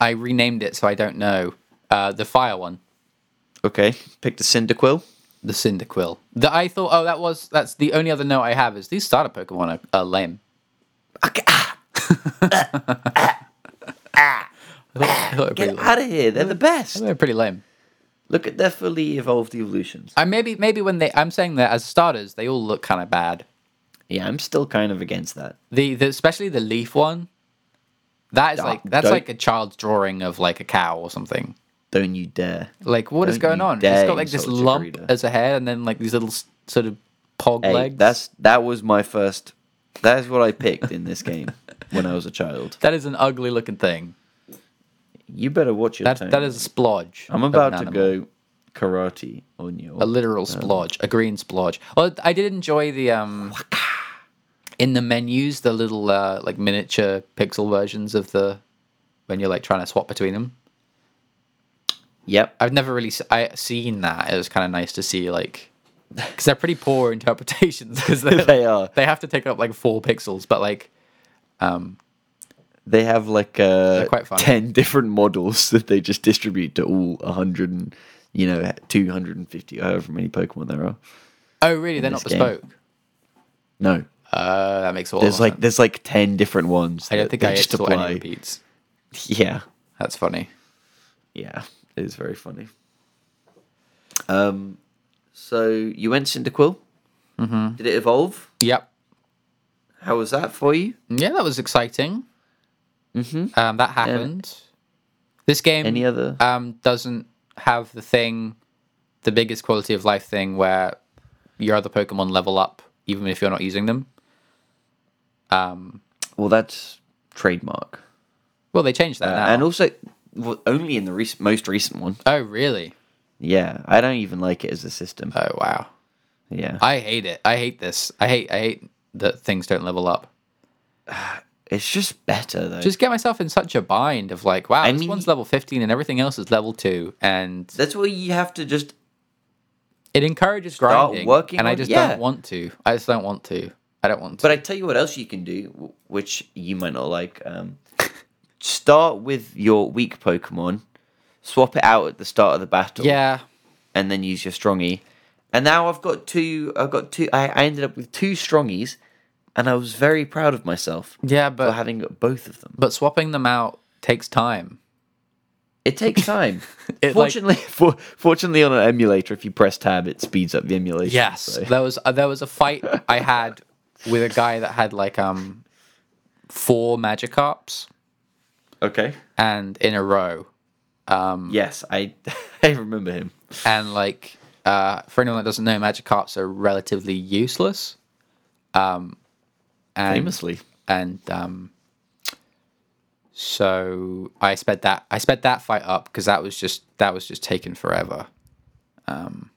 Speaker 2: I renamed it, so I don't know. Uh, the fire one,
Speaker 1: Okay, picked a Cyndaquil.
Speaker 2: the Cyndaquil. The I thought, oh, that was that's the only other note I have is these starter Pokemon are, are lame. [laughs] Okay. I thought, I thought they were
Speaker 1: Get
Speaker 2: pretty lame.
Speaker 1: out of here! They're the best.
Speaker 2: They're pretty lame.
Speaker 1: Look at their fully evolved evolutions.
Speaker 2: I maybe maybe when they I'm saying that as starters they all look kind of bad.
Speaker 1: Yeah, I'm still kind of against that.
Speaker 2: The, the especially the leaf one. That is
Speaker 1: Ah,
Speaker 2: like that's
Speaker 1: don't-
Speaker 2: like a child's drawing of like a cow or something.
Speaker 1: Don't you dare.
Speaker 2: Like what is
Speaker 1: Don't you
Speaker 2: going on?
Speaker 1: dare
Speaker 2: It's got like this
Speaker 1: insult
Speaker 2: lump
Speaker 1: Chikorita.
Speaker 2: as a head and then like these little s- sort of pog
Speaker 1: Hey,
Speaker 2: legs.
Speaker 1: that's that was my first. That is what I picked in this
Speaker 2: [laughs]
Speaker 1: game when I was a child.
Speaker 2: that is an ugly looking thing.
Speaker 1: You better watch your
Speaker 2: That
Speaker 1: tone.
Speaker 2: that is a splodge.
Speaker 1: I'm
Speaker 2: of an
Speaker 1: about to
Speaker 2: animal.
Speaker 1: go um, karate on you.
Speaker 2: a literal splodge, a green splodge. Well, I did enjoy the um in the menus, the little uh, like miniature pixel versions of the when you're like trying to swap between them. [laughs]
Speaker 1: Yep.
Speaker 2: I've never really s I seen that. It was kind of nice to see like because they're pretty poor [laughs] interpretations
Speaker 1: [laughs]
Speaker 2: because they
Speaker 1: They are.
Speaker 2: they have to take up like four pixels, but like
Speaker 1: They have like uh,
Speaker 2: quite fun.
Speaker 1: ten different models [laughs] that they just distribute to all hundred and you know two hundred and fifty, however many Pokemon there are.
Speaker 2: oh really? They're not
Speaker 1: this game.
Speaker 2: bespoke.
Speaker 1: No,
Speaker 2: Uh, that makes all.
Speaker 1: there's
Speaker 2: of
Speaker 1: like
Speaker 2: sense.
Speaker 1: there's like ten different ones.
Speaker 2: I don't
Speaker 1: that
Speaker 2: think
Speaker 1: they
Speaker 2: I
Speaker 1: just
Speaker 2: saw
Speaker 1: apply.
Speaker 2: any repeats.
Speaker 1: [laughs] Yeah,
Speaker 2: That's funny.
Speaker 1: yeah, it is very funny. Um, so you went Cyndaquil. Mm-hmm. Did it evolve?
Speaker 2: Yep.
Speaker 1: How was that for you?
Speaker 2: Yeah, that was exciting. Mm-hmm. Um, that happened. this game
Speaker 1: Any other?
Speaker 2: um, doesn't have the thing, the biggest quality of life thing where your other Pokemon level up even if you're not using them. Um,
Speaker 1: Well, that's trademark,
Speaker 2: well, they changed that
Speaker 1: Uh,
Speaker 2: now.
Speaker 1: and also well, only in the rec- most recent one.
Speaker 2: oh, really?
Speaker 1: Yeah, I don't even like it as a system.
Speaker 2: Oh, wow.
Speaker 1: Yeah,
Speaker 2: I hate it. I hate this. I hate. I hate that things don't level up.
Speaker 1: it's just better though.
Speaker 2: Just get myself in such a bind of like, wow, this
Speaker 1: mean-
Speaker 2: one's level fifteen and everything else is level two, and
Speaker 1: that's why you have to just
Speaker 2: it encourages
Speaker 1: Start
Speaker 2: grinding.
Speaker 1: working
Speaker 2: and I
Speaker 1: on-
Speaker 2: just
Speaker 1: yeah.
Speaker 2: don't want to. I just don't want to. I don't want to.
Speaker 1: But I tell you what else you can do, w- which you might not like. [laughs] Um, start with your weak Pokemon, swap it out at the start of the battle,
Speaker 2: yeah.
Speaker 1: and then use your strongy. And now I've got two. I've got two. I, I ended up with two strongies, and I was very proud of myself
Speaker 2: Yeah,
Speaker 1: for
Speaker 2: but
Speaker 1: having got both of them.
Speaker 2: but swapping them out takes time.
Speaker 1: It
Speaker 2: [laughs]
Speaker 1: takes time.
Speaker 2: It, like-
Speaker 1: fortunately, [laughs] for, fortunately, on an emulator, if you press tab, it speeds up the emulation.
Speaker 2: Yes,
Speaker 1: so-
Speaker 2: there was uh, there was a fight I had with a guy that had like um four Magikarps
Speaker 1: Okay.
Speaker 2: and in a row,
Speaker 1: Mm. Yes, I [laughs] I remember him.
Speaker 2: and like uh, for anyone that doesn't know, Magikarps are relatively useless. Um, and
Speaker 1: Famously.
Speaker 2: and um, so I sped that I sped that fight up because that was just that was just taken forever, um,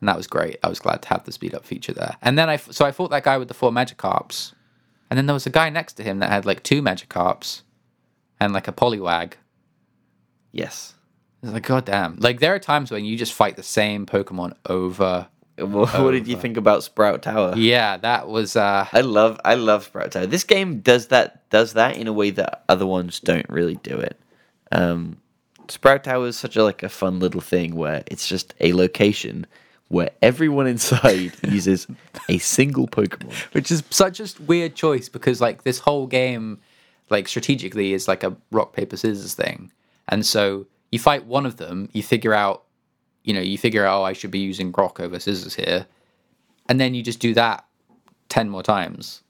Speaker 2: and that was great. I was glad to have the speed up feature there. And then I f- so I fought that guy with the four Magikarps, and then there was a guy next to him that had like two Magikarps, and like a Poliwag.
Speaker 1: Yes.
Speaker 2: It's like goddamn. Like there are times when you just fight the same Pokemon over.
Speaker 1: Well, what did you think about Sprout Tower?
Speaker 2: Yeah, that was uh
Speaker 1: I love I love Sprout Tower. This game does that does that in a way that other ones don't really do it. Um, Sprout Tower is such a like a fun little thing where it's just a location where everyone
Speaker 2: [laughs]
Speaker 1: inside uses a single Pokemon.
Speaker 2: which is such a weird choice because like this whole game like strategically is like a rock paper scissors thing and so you fight one of them you figure out you know you figure out oh i should be using rock over scissors here and then you just do that 10 more times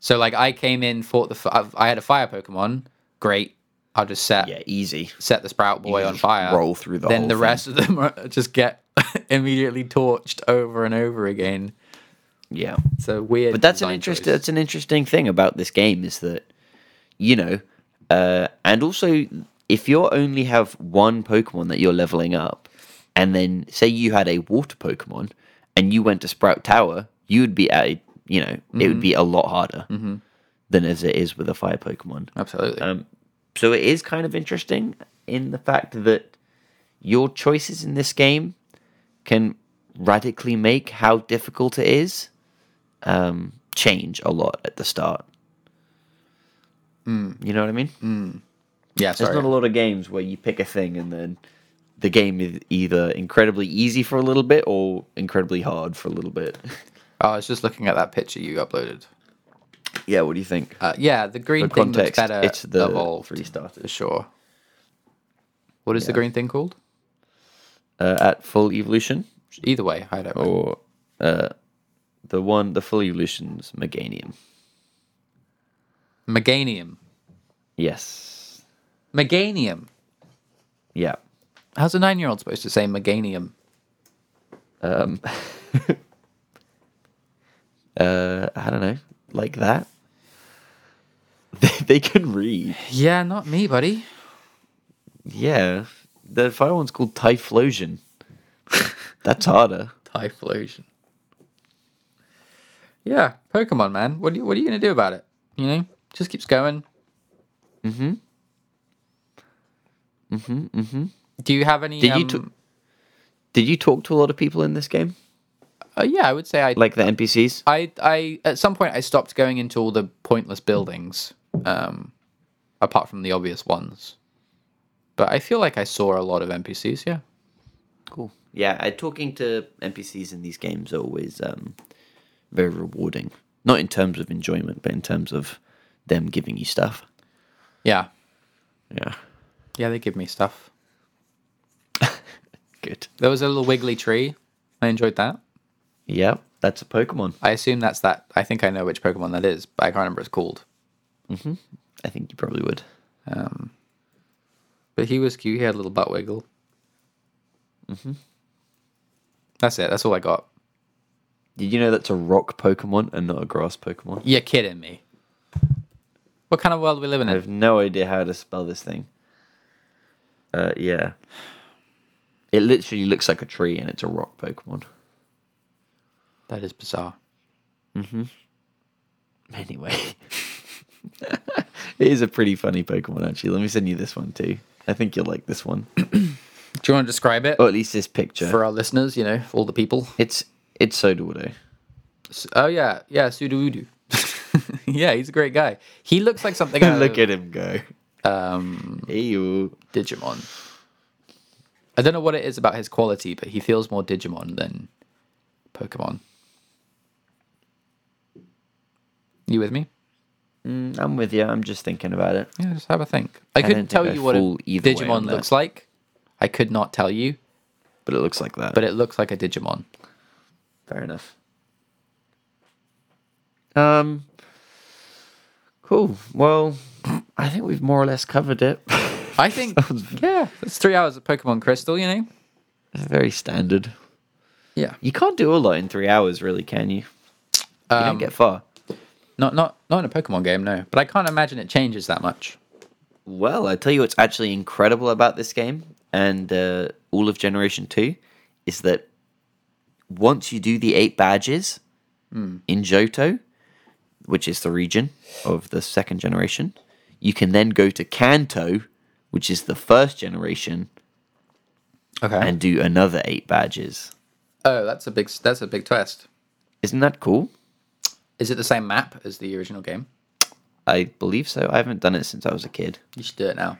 Speaker 2: so like i came in fought the f- i had a fire pokemon great i'll just set
Speaker 1: Yeah, easy.
Speaker 2: set the sprout boy on
Speaker 1: just
Speaker 2: fire
Speaker 1: roll through the
Speaker 2: then
Speaker 1: whole
Speaker 2: the
Speaker 1: thing.
Speaker 2: rest of them [laughs] are, just get immediately torched over and over again
Speaker 1: Yeah.
Speaker 2: it's a weird
Speaker 1: But that's an
Speaker 2: design
Speaker 1: interest.
Speaker 2: choice.
Speaker 1: That's an interesting thing about this game is that, you know, uh, and also if you only have one Pokemon that you're leveling up, and then say you had a water Pokemon, and you went to Sprout Tower, you would be at, a, you know, it would
Speaker 2: Mm-hmm.
Speaker 1: be a lot harder than as it is with a fire Pokemon.
Speaker 2: absolutely
Speaker 1: Um, so it is kind of interesting in the fact that your choices in this game can radically make how difficult it is um, change a lot at the start. You know what I mean?
Speaker 2: Yeah,
Speaker 1: There's
Speaker 2: sorry.
Speaker 1: not a lot of games where you pick a thing and then the game is either incredibly easy for a little bit or incredibly hard for a little bit.
Speaker 2: Oh, I was just looking at that picture you uploaded.
Speaker 1: yeah, what do you think?
Speaker 2: Uh, yeah, the green
Speaker 1: For
Speaker 2: thing
Speaker 1: context,
Speaker 2: looks better.
Speaker 1: it's the
Speaker 2: evolved,
Speaker 1: three
Speaker 2: for
Speaker 1: starters.
Speaker 2: sure. What is the green thing called?
Speaker 1: Uh, at full evolution,
Speaker 2: Either way, I don't. know.
Speaker 1: or uh, the one, the full evolution's Meganium.
Speaker 2: Meganium.
Speaker 1: Yes.
Speaker 2: Meganium.
Speaker 1: Yeah.
Speaker 2: How's a nine-year-old supposed to say Meganium?
Speaker 1: Um, uh, I don't know, like that. [laughs] They, they can read.
Speaker 2: Yeah, not me, buddy.
Speaker 1: Yeah. The fire one's called Typhlosion. That's harder.
Speaker 2: Typhlosion. Yeah, Pokemon man. What are you What are you gonna do about it? You know, just keeps going. Mm-hmm. Mm-hmm. Mm-hmm. Do you have any?
Speaker 1: Did
Speaker 2: um,
Speaker 1: you t- Did you talk to a lot of people in this game?
Speaker 2: uh, yeah, I would say I
Speaker 1: Like the NPCs?
Speaker 2: I, I at some point I stopped going into all the pointless buildings, um, apart from the obvious ones. But I feel like I saw a lot of NPCs. Yeah,
Speaker 1: Cool. Yeah, I, talking to NPCs in these games are always um, very rewarding. Not in terms of enjoyment, but in terms of them giving you stuff.
Speaker 2: yeah,
Speaker 1: Yeah.
Speaker 2: yeah. They give me stuff.
Speaker 1: Good.
Speaker 2: There was a little wiggly tree. I enjoyed that.
Speaker 1: Yeah, that's a Pokemon.
Speaker 2: I assume that's that. I think I know which Pokemon that is, but I can't remember what it's called.
Speaker 1: I think you probably would.
Speaker 2: Um, but he was cute. He had a little butt wiggle. Mm-hmm. That's it. That's all I got.
Speaker 1: Did you know that's a rock Pokemon and not a grass Pokemon?
Speaker 2: You're kidding me. What kind of world we living
Speaker 1: I
Speaker 2: in?
Speaker 1: have no idea how to spell this thing. Uh, yeah. It literally looks like a tree and it's a rock Pokemon.
Speaker 2: That is bizarre.
Speaker 1: Anyway. [laughs] it is a pretty funny Pokemon, actually. Let me send you this one, too. I think you'll like this one.
Speaker 2: Do you want to describe it
Speaker 1: Or at least this picture.
Speaker 2: for our listeners? You know, for all the people.
Speaker 1: It's it's Sodordo.
Speaker 2: S- Oh yeah, yeah, Sudowoodo. [laughs] yeah, he's a great guy. He looks like
Speaker 1: [laughs]
Speaker 2: something out
Speaker 1: Look
Speaker 2: of
Speaker 1: at him [laughs] go.
Speaker 2: um,
Speaker 1: Ew.
Speaker 2: Digimon. I don't know what it is about his quality, but he feels more Digimon than Pokemon. You with me?
Speaker 1: Mm, I'm with you. I'm just thinking about it.
Speaker 2: Yeah, just have a think. I couldn't
Speaker 1: don't think
Speaker 2: tell
Speaker 1: I
Speaker 2: you what a
Speaker 1: fall either way
Speaker 2: Digimon
Speaker 1: on that.
Speaker 2: looks like. I could not tell you,
Speaker 1: But it looks like that.
Speaker 2: but it looks like a Digimon.
Speaker 1: Fair enough. Um. Cool. Well, I think we've more or less covered it. [laughs]
Speaker 2: I think. yeah, that's three hours of Pokemon Crystal. You know.
Speaker 1: Very standard.
Speaker 2: Yeah.
Speaker 1: You can't do a lot in three hours, really, can you? You
Speaker 2: Um,
Speaker 1: don't get far.
Speaker 2: Not not not in a Pokemon game, no. But I can't imagine it changes that much.
Speaker 1: Well, I tell you what's actually incredible about this game and uh, all of Generation 2 is that once you do the eight badges in Johto, which is the region of the second generation, you can then go to Kanto, which is the first generation,
Speaker 2: Okay.
Speaker 1: and do another eight badges.
Speaker 2: oh, that's a big that's a big twist.
Speaker 1: Isn't that cool?
Speaker 2: Is it the same map as the original game?
Speaker 1: I believe so. I haven't done it since I was a kid.
Speaker 2: You should do it now.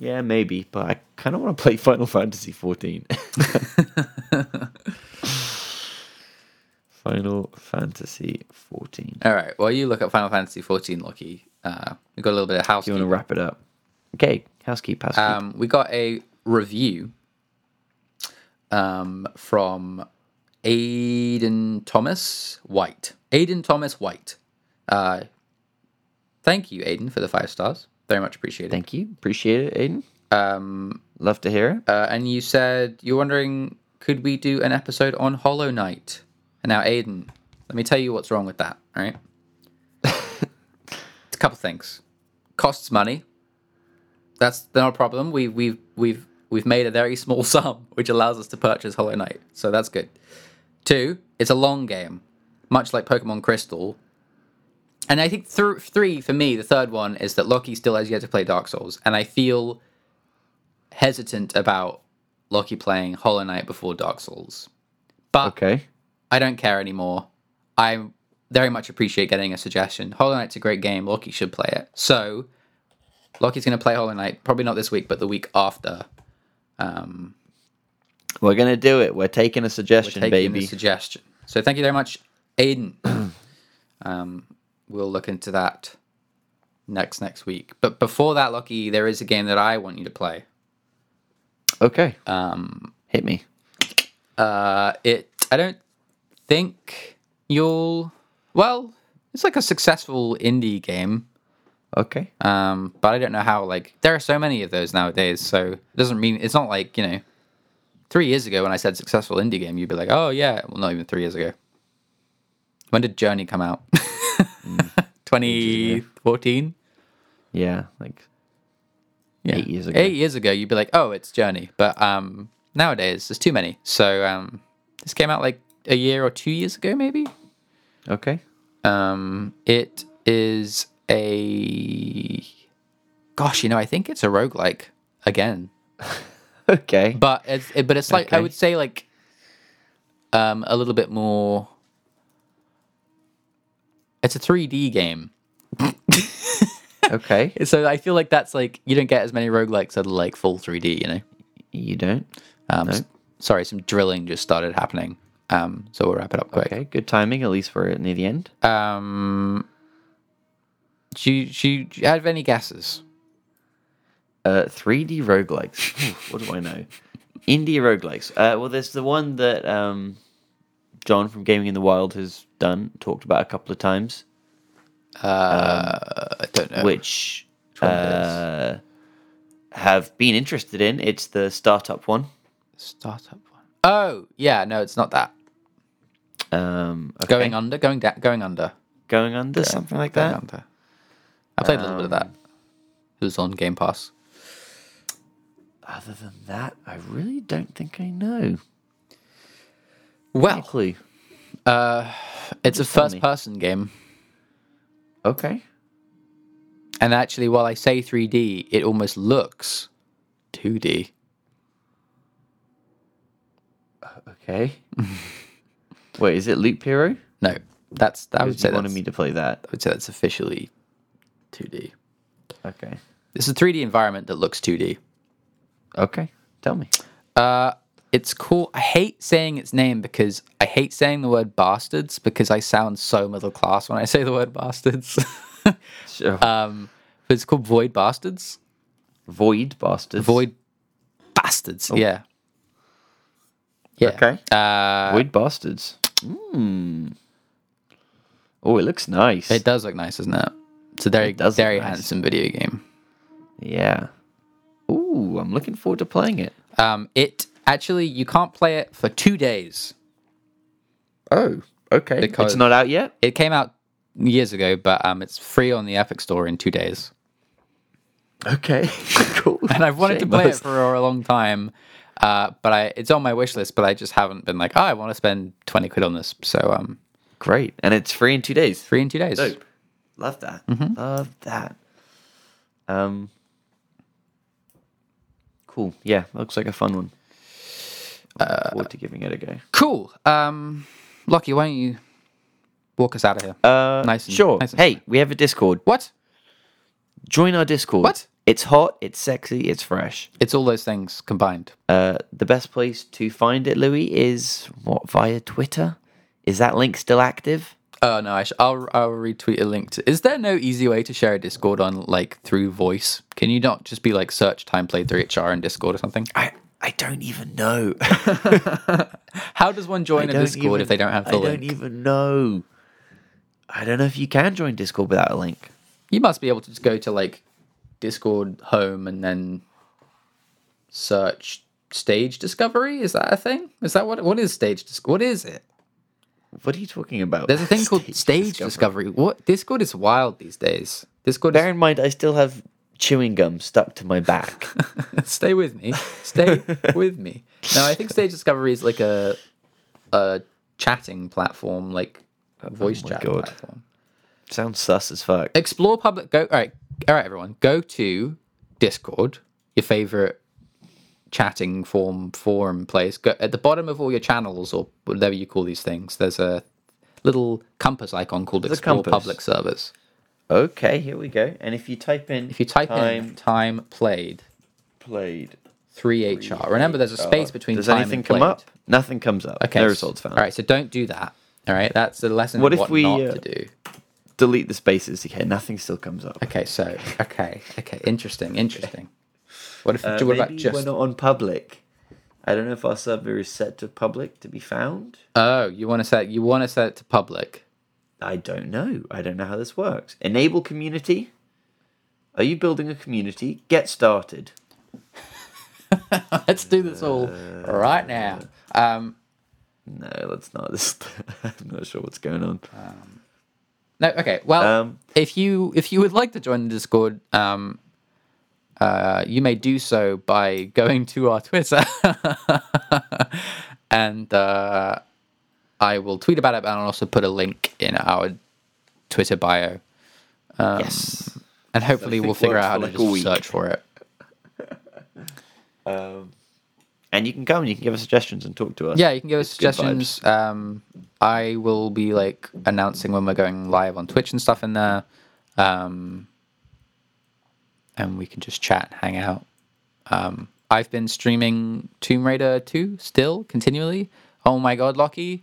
Speaker 1: Yeah, maybe, but I kind of want to play [laughs] Final Fantasy 14. Final Fantasy 14.
Speaker 2: All right. Well, you look at Final Fantasy 14, Lucky. Uh, we got a little bit of
Speaker 1: Do you want to
Speaker 2: housekeeping.
Speaker 1: wrap it up? Okay, housekeep, housekeep.
Speaker 2: Um, we got a review um, from Aiden Thomas White. Aiden Thomas White. Uh, thank you, Aiden, for the five stars. Very much appreciated.
Speaker 1: Thank you. Appreciate it, Aiden. Um, Love to hear it.
Speaker 2: Uh, and you said you're wondering, could we do an episode on Hollow Knight? And now, Aiden, let me tell you what's wrong with that. All right, it's a couple things. Costs money. That's not a problem. We we've we've we've made a very [laughs] small sum, which allows us to purchase Hollow Knight. So that's good. Two, it's a long game, much like Pokemon Crystal. And I think thr three for me, the third one is that Loki still has yet to play Dark Souls, and I feel hesitant about Loki playing Hollow Knight before Dark Souls, but
Speaker 1: Okay.
Speaker 2: I don't care anymore. I very much appreciate getting a suggestion. Hollow Knight's a great game. Loki should play it. So Loki's going to play Hollow Knight probably not this week, but the week after. Um,
Speaker 1: We're going to do it. We're taking a suggestion,
Speaker 2: taking
Speaker 1: baby.
Speaker 2: the suggestion. So thank you very much, Aiden. um, we'll look into that next next week. But before that, Loki, there is a game that I want you to play.
Speaker 1: okay. Um, Hit me.
Speaker 2: Uh, it I don't think you'll. Well, it's like a successful indie game,
Speaker 1: Okay.
Speaker 2: um, but I don't know how. Like there are so many of those nowadays, so it doesn't mean it's not like you know. Three years ago, when I said successful indie game, you'd be like, "Oh yeah." Well, not even three years ago. When did Journey come out?
Speaker 1: Hmm.
Speaker 2: [laughs] Twenty fourteen.
Speaker 1: Yeah, like
Speaker 2: Yeah.
Speaker 1: Eight years ago.
Speaker 2: Eight years ago, you'd be like, "Oh, it's Journey," but um, nowadays there's too many. So um, this came out like a year or two years ago, maybe.
Speaker 1: okay. [laughs]
Speaker 2: Um, it is a gosh, you know, I think it's a roguelike again.
Speaker 1: Okay.
Speaker 2: But it's it, but it's like I
Speaker 1: Okay.
Speaker 2: would say like um a little bit more It's a 3D game.
Speaker 1: okay.
Speaker 2: So I feel like that's like you don't get as many roguelikes that are like full 3D, you know.
Speaker 1: You don't.
Speaker 2: Um s- sorry, some drilling just started happening. Um so we'll wrap it up quick.
Speaker 1: Okay, good timing, at least we're near the end.
Speaker 2: Um do you, do you do you have any guesses?
Speaker 1: Uh, 3D roguelikes. Ooh, what do I know? Indie roguelikes. Uh, well, there's the one that um, John from Gaming in the Wild has done, talked about a couple of times,
Speaker 2: Uh, I don't know.
Speaker 1: Uh, which
Speaker 2: one it is.
Speaker 1: uh, have been interested in. It's the startup one.
Speaker 2: Startup one. Oh, yeah, no, it's not that.
Speaker 1: Um, okay.
Speaker 2: Going under, going down, going under.
Speaker 1: Going under, something like
Speaker 2: Going
Speaker 1: that.
Speaker 2: under. I played a little bit of that. It was Um, on Game Pass.
Speaker 1: Other than that, I really don't think I know.
Speaker 2: Well,
Speaker 1: Clue.
Speaker 2: it's a
Speaker 1: tell me.
Speaker 2: first person game.
Speaker 1: Okay.
Speaker 2: And actually, while I say 3D, it almost looks 2D.
Speaker 1: Okay. [laughs] Wait, is it Loop Hero?
Speaker 2: No, that's, I would
Speaker 1: Because you
Speaker 2: say
Speaker 1: wanted
Speaker 2: that's,
Speaker 1: me to play that.
Speaker 2: I would say that's officially 2D.
Speaker 1: Okay.
Speaker 2: It's a 3D environment that looks 2D.
Speaker 1: Okay. Tell me.
Speaker 2: Uh, it's cool. I hate saying its name because I hate saying the word bastards because I sound so middle class when I say the word bastards. [laughs]
Speaker 1: So,
Speaker 2: um, but it's called Void Bastards.
Speaker 1: Void Bastards.
Speaker 2: Void Bastards. Yeah. Yeah.
Speaker 1: Oh. Okay.
Speaker 2: Uh,
Speaker 1: Void Bastards. Mmm. Oh, it looks nice.
Speaker 2: it does look nice, doesn't it? It's a very,
Speaker 1: It does look
Speaker 2: very
Speaker 1: nice.
Speaker 2: handsome video game.
Speaker 1: yeah. Ooh, I'm looking forward to playing it.
Speaker 2: Um, it actually you can't play it for two days.
Speaker 1: Oh, okay.
Speaker 2: Because-
Speaker 1: it's not out yet.
Speaker 2: It came out years ago, but um, it's free on the Epic Store in two days. [laughs]
Speaker 1: Okay. [laughs] cool.
Speaker 2: and I've wanted to play
Speaker 1: Shameless.
Speaker 2: it for a long time. Uh, but I, it's on my wish list, but I just haven't been like, oh, I want to spend twenty quid on this. So um,
Speaker 1: Great. And it's free in two days. Mm-hmm.
Speaker 2: free in two days.
Speaker 1: Dope. Love that. Love that. Um. Cool. Yeah, looks like a fun one. I'm looking forward to giving it a go.
Speaker 2: Cool. Um, Lockie, why don't you walk us out of here?
Speaker 1: Uh,
Speaker 2: nice and-
Speaker 1: sure.
Speaker 2: nice and-
Speaker 1: hey, we have a Discord.
Speaker 2: what?
Speaker 1: Join our Discord.
Speaker 2: What?
Speaker 1: It's hot, it's sexy, it's fresh.
Speaker 2: It's all those things combined.
Speaker 1: Uh, the best place to find it, Louis, is what via Twitter. Is that link still active?
Speaker 2: Oh no, I sh- I'll I'll retweet a link. To- Is there no easy way to share a Discord on like through voice? Can you not just be like search time played through HR in Discord or something?
Speaker 1: I I don't even know. [laughs]
Speaker 2: How does one join a
Speaker 1: don't
Speaker 2: Discord
Speaker 1: even-
Speaker 2: if they don't have the
Speaker 1: I
Speaker 2: link?
Speaker 1: don't even know. I don't know if you can join Discord without a link.
Speaker 2: you must be able to just go to like Discord home and then search stage discovery. Is that a thing? Is that what what is stage dis- What is it?
Speaker 1: What are you talking about? [laughs]
Speaker 2: There's a thing called stage discovery. What Discord is wild these days. Discord is
Speaker 1: Bear in mind, I still have chewing gum stuck to my [laughs] back.
Speaker 2: [laughs] stay with me.
Speaker 1: [laughs]
Speaker 2: Stay with me. No, I think Stage Discovery is like a a chatting platform, like voice
Speaker 1: Oh my
Speaker 2: chat
Speaker 1: God.
Speaker 2: platform.
Speaker 1: Sounds sus as fuck.
Speaker 2: Explore public go all right. All right, everyone. Go to Discord, your favorite chatting form forum place. Go at the bottom of all your channels or whatever you call these things, there's a little compass icon called
Speaker 1: There's a
Speaker 2: Explore
Speaker 1: compass.
Speaker 2: Public Service.
Speaker 1: Okay, here we go. And if you type in,
Speaker 2: If you type
Speaker 1: time
Speaker 2: in time played
Speaker 1: played,
Speaker 2: 3HR. Remember there's a space between
Speaker 1: does
Speaker 2: time
Speaker 1: anything
Speaker 2: and
Speaker 1: come
Speaker 2: played.
Speaker 1: up? Nothing comes up.
Speaker 2: Okay.
Speaker 1: No
Speaker 2: s-
Speaker 1: results found.
Speaker 2: All right, so don't do that. All right, that's the lesson.
Speaker 1: What
Speaker 2: What
Speaker 1: if
Speaker 2: if what
Speaker 1: we,
Speaker 2: not
Speaker 1: uh,
Speaker 2: to do?
Speaker 1: Delete the spaces. Okay, nothing still comes up.
Speaker 2: Okay, so okay, okay, interesting, interesting. What if? what about
Speaker 1: Uh, maybe we're
Speaker 2: just?
Speaker 1: not on public. I don't know if our server is set to public to be found.
Speaker 2: Oh, you want to set you want to set it to public?
Speaker 1: I don't know. I don't know how this works. Enable community. Are you building a community? Get started.
Speaker 2: [laughs] Let's do this all Uh, right now. Um,
Speaker 1: No, let's not. [laughs] This, I'm not sure what's going on.
Speaker 2: no, okay. Well,
Speaker 1: Um,
Speaker 2: if you if you would like to join the Discord, um, uh, you may do so by going to our Twitter, [laughs] and uh, I will tweet about it, and I'll also put a link in our Twitter bio. Um,
Speaker 1: yes.
Speaker 2: and hopefully
Speaker 1: think
Speaker 2: we'll figure
Speaker 1: works
Speaker 2: out how
Speaker 1: for
Speaker 2: to
Speaker 1: like a
Speaker 2: just
Speaker 1: week.
Speaker 2: search for it.
Speaker 1: Um, And you can come and you can give us suggestions and talk to us.
Speaker 2: Yeah, you can give us
Speaker 1: It's good
Speaker 2: suggestions. Um, I will be like announcing when we're going live on Twitch and stuff in there, um, and we can just chat, and hang out. Um, I've been streaming Tomb Raider 2 still continually. Oh my god, Lockie,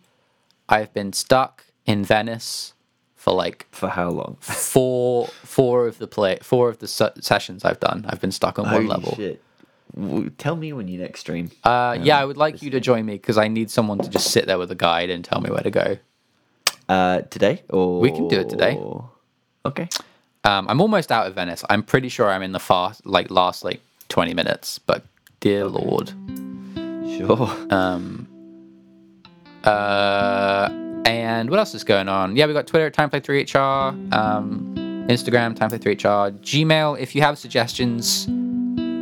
Speaker 2: I've been stuck in Venice for like
Speaker 1: For how long?
Speaker 2: four four of the play four of the se- sessions I've done. I've been stuck on one
Speaker 1: Holy
Speaker 2: level.
Speaker 1: shit. W- Tell me when you next stream.
Speaker 2: Uh, yeah, I would like you to join me because I need someone to just sit there with a guide and tell me where to go.
Speaker 1: Uh, today or
Speaker 2: we can do it today.
Speaker 1: Okay.
Speaker 2: Um, I'm almost out of Venice. I'm pretty sure I'm in the far, like last like 20 minutes. But dear lord,
Speaker 1: Sure.
Speaker 2: uh, and what else is going on? Yeah, we got Twitter timeplay3hr, um, Instagram timeplay3hr, Gmail. If you have suggestions,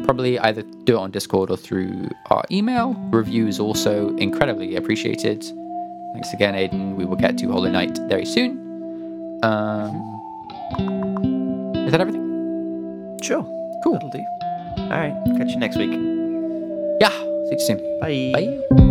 Speaker 2: probably either do it on Discord or through our email. Reviews also incredibly appreciated. Thanks again, Aiden. We will get to Hollow Knight very soon. Um, is that everything?
Speaker 1: sure.
Speaker 2: Cool.
Speaker 1: That'll do. All right. Catch you next week.
Speaker 2: Yeah. See you soon.
Speaker 1: Bye.
Speaker 2: Bye.